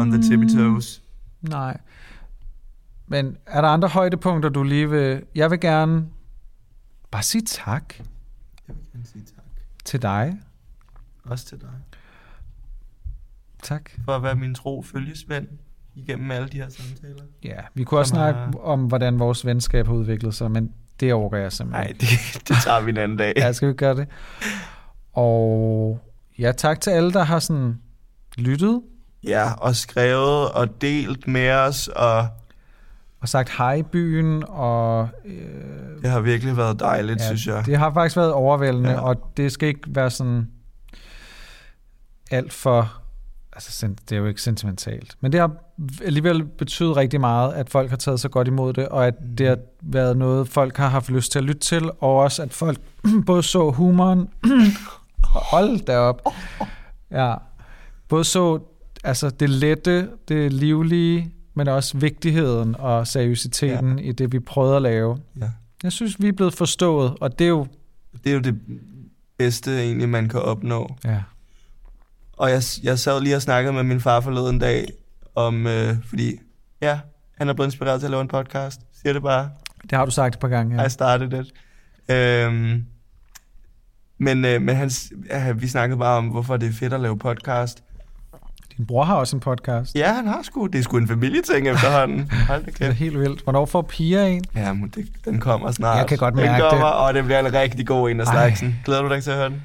S2: on the tippy toes.
S1: Nej. Men er der andre højdepunkter, du lige vil... Jeg vil gerne bare sige tak
S2: Jeg vil gerne sige tak.
S1: til dig.
S2: Også til dig.
S1: Tak.
S2: For at være min tro følgesvend igennem alle de her samtaler.
S1: Ja, vi kunne også
S2: Som
S1: snakke
S2: har-
S1: om, hvordan vores venskab har udviklet sig, men det overgår jeg simpelthen.
S2: Nej,
S1: ikke.
S2: det, det tager vi en anden dag.
S1: Ja, skal vi ikke gøre det? Og ja, tak til alle, der har sådan lyttet
S2: Ja, og skrevet og delt med os, og
S1: og sagt hej i byen, og øh,
S2: det har virkelig været dejligt, ja, synes jeg.
S1: Det har faktisk været overvældende,
S2: Ja.
S1: ja. og det skal ikke være sådan alt for... Altså, sen- det er jo ikke sentimentalt. Men det har alligevel betydet rigtig meget, at folk har taget så godt imod det, og at det har været noget, folk har haft lyst til at lytte til, og også at folk <clears throat> både så humoren... <clears throat> Hold da op! Ja. Både så altså, det lette, det livlige, men også vigtigheden og seriøsiteten ja. i det, vi prøvede at lave.
S2: Ja.
S1: Jeg synes, vi er blevet forstået, og det er jo...
S2: Det er jo det bedste, egentlig, man kan opnå.
S1: Ja.
S2: Og jeg, jeg sad lige og snakkede med min far forleden dag om, øh, fordi ja, han er blevet inspireret til at lave en podcast. Siger det bare.
S1: Det har du sagt et par gange.
S2: Ja.
S1: Ja.
S2: I started it. Øhm, men øh, men han, s- ja, vi snakkede bare om, hvorfor det er fedt at lave podcast.
S1: Din bror har også en podcast.
S2: Ja, han har sgu. Det er sgu en familieting efterhånden. Hold da
S1: Det er <laughs>
S2: kæft.
S1: helt vildt. Hvornår får piger en?
S2: Ja, men det, den kommer snart.
S1: Jeg kan godt
S2: den
S1: mærke det.
S2: kommer, Og det bliver en rigtig god en af
S1: Ej.
S2: slagsen. Glæder du dig ikke til at høre den?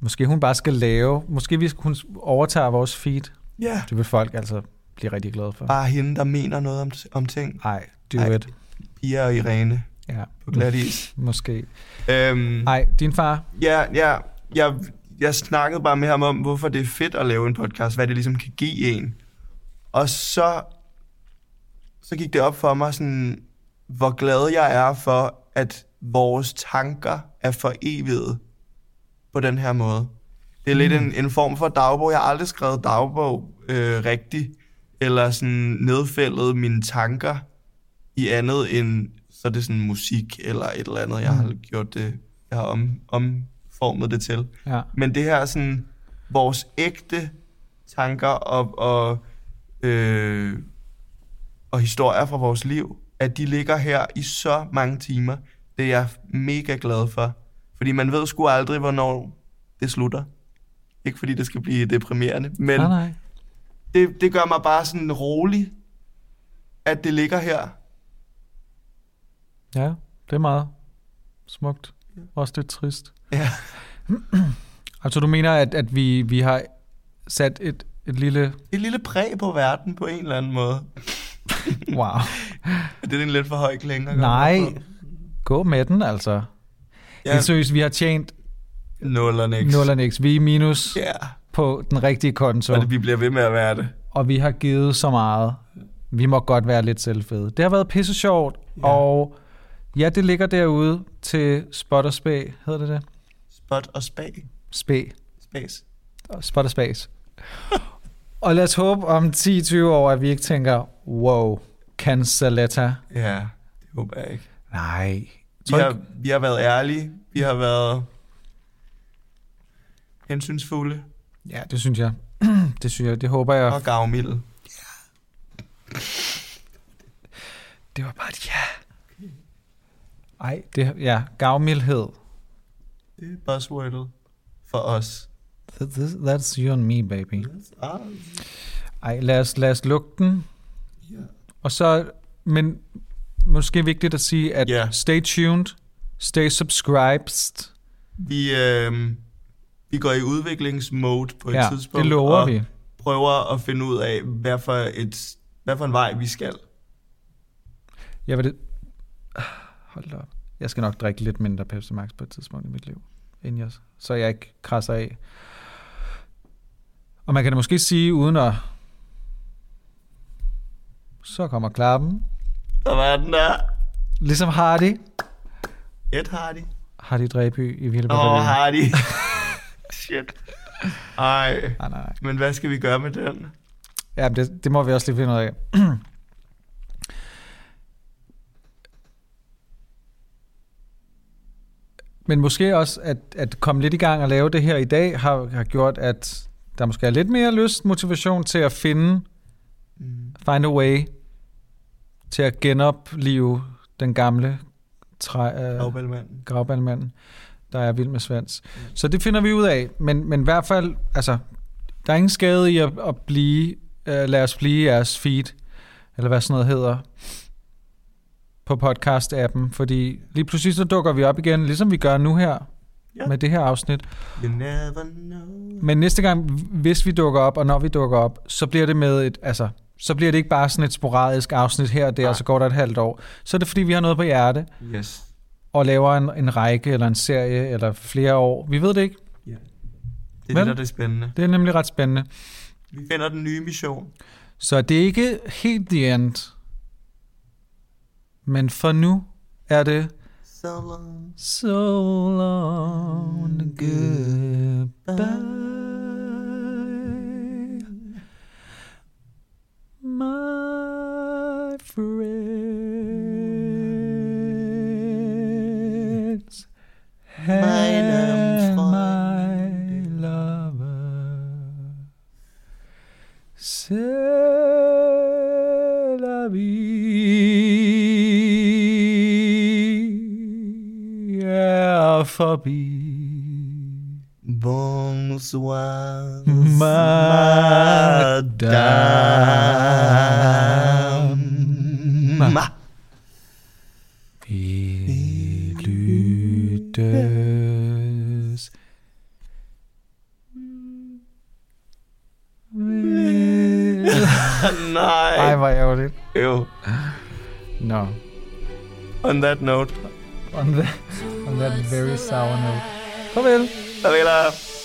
S1: Måske hun bare skal lave... Måske hvis hun overtager vores feed.
S2: Ja.
S1: Det vil folk altså blive rigtig glade for.
S2: Bare hende, der mener noget om, om ting.
S1: Nej, do
S2: Ej.
S1: it.
S2: Pia og Irene
S1: Ja,
S2: på glat is.
S1: måske.
S2: Øhm,
S1: Nej, din far.
S2: Ja, ja. Jeg, jeg snakkede bare med ham om, hvorfor det er fedt at lave en podcast, hvad det ligesom kan give en. Og så, så gik det op for mig, sådan, hvor glad jeg er for, at vores tanker er foreviget på den her måde. Det er lidt en, en form for dagbog. Jeg har aldrig skrevet dagbog øh, rigtigt, eller sådan nedfældet mine tanker i andet end, så er det sådan musik eller et eller andet, jeg har gjort det, jeg har om, omformet det til.
S1: Ja.
S2: Men det her er sådan vores ægte tanker og, og, øh, og historier fra vores liv, at de ligger her i så mange timer. Det er jeg mega glad for. Fordi man ved sgu aldrig, hvornår det slutter. Ikke fordi det skal blive deprimerende, men
S1: Nej, nej.
S2: det, det gør mig bare sådan rolig, at det ligger her.
S1: Ja, det er meget smukt. Også lidt trist.
S2: Ja.
S1: Altså, du mener, at, at vi, vi har sat et, et lille...
S2: Et lille præg på verden på en eller anden måde.
S1: Wow.
S2: Det er en lidt for høj klinge. at gøre
S1: Nej, Altså-
S2: noget på.
S1: gå med den, altså. Ja.
S2: Ja,
S1: Det synes vi har tjent
S2: nullerne.
S1: 0 og niks. Vi er minus
S2: Ja,
S1: på den rigtige konto,
S2: og det, vi bliver ved med at være det.
S1: og vi har givet så meget. Vi må godt være lidt selvfede. Det har været pisse sjovt, ja. og ja, det ligger derude til Spot og Spæ, hedder det det?
S2: Spot og spag.
S1: Spæ.
S2: Space.
S1: Og Spot og
S2: <laughs>
S1: Spas. og lad os håbe om 10-20 år, at vi ikke tænker, wow, Canceletta.
S2: Ja, det håber jeg ikke.
S1: Nej.
S2: Vi har, vi har været ærlige. Vi har været hensynsfulde
S1: Ja, det synes jeg. <clears throat> det synes jeg. Det håber jeg.
S2: og gavmilde.
S1: Det var bare et ja. Ej, det, ja, gavmildhed.
S2: Det er buzzwordet for os.
S1: That- this- That's you and me, baby.
S2: Ah,
S1: Ej, lad os, lad os lukke den.
S2: Ja.
S1: Og så, men måske vigtigt at sige, at
S2: Ja.
S1: yeah. stay tuned, stay subscribed.
S2: Vi, øh, vi går i udviklingsmode på et
S1: Ja,
S2: tidspunkt.
S1: det lover
S2: og
S1: vi.
S2: prøver at finde ud af, hvad for, et, hvad for en vej vi skal.
S1: Jeg vil det... Ah, Hold da op. Jeg skal nok drikke lidt mindre Pepsi Max på et tidspunkt i mit liv, inden jeg, så jeg ikke krasser af. Og man kan da måske sige, uden at... Så kommer klappen.
S2: Der var den der.
S1: Ligesom Hardy.
S2: Et Hardy.
S1: Hardy Dræby i Vilde
S2: Åh,
S1: Batteriet.
S2: oh,
S1: <laughs>
S2: Hardy. Shit. Ej.
S1: Nej, nej, nej.
S2: Men hvad skal vi gøre med den?
S1: Ja, men det, det må vi også lige finde ud af. <clears throat> Men måske også, at, at komme lidt i gang og lave det her i dag, har, har gjort, at der måske er lidt mere lyst, motivation til at finde, find a way, til at genopleve den gamle træ, øh,
S2: Afbælmanden.
S1: gravbandmanden, der er vild med svans. Så det finder vi ud af, men, men i hvert fald, altså, der er ingen skade i at, at blive, øh, lad os blive jeres feed, eller hvad sådan noget hedder, på podcast-appen, fordi lige pludselig så dukker vi op igen, ligesom vi gør nu her,
S2: Ja.
S1: med det her afsnit.
S2: You never know.
S1: Men næste gang, hvis vi dukker op, og når vi dukker op, så bliver det med et, altså, så bliver det ikke bare sådan et sporadisk afsnit her og der,
S2: Nej.
S1: og så går der et halvt år. Så er det, fordi vi har noget på hjerte,
S2: Yes.
S1: og laver en, en række eller en serie eller flere år. Vi ved det ikke.
S2: Ja. Det er
S1: Vel?
S2: det, der er det spændende.
S1: Det er nemlig ret spændende.
S2: Vi finder den nye mission.
S1: Så det er ikke helt the end. Men for nu er det
S2: So long.
S1: so long and goodbye. My friends, and my lover, c'est la vie er forbi.
S2: Bonsoir.
S1: Madame.
S2: Ma.
S1: Vi lyttes. Ej,
S2: Nej.
S1: hvor er ærgerligt.
S2: Jo.
S1: Nå.
S2: On that note.
S1: On, the, on that very sour note. Farvel.
S2: Farvel.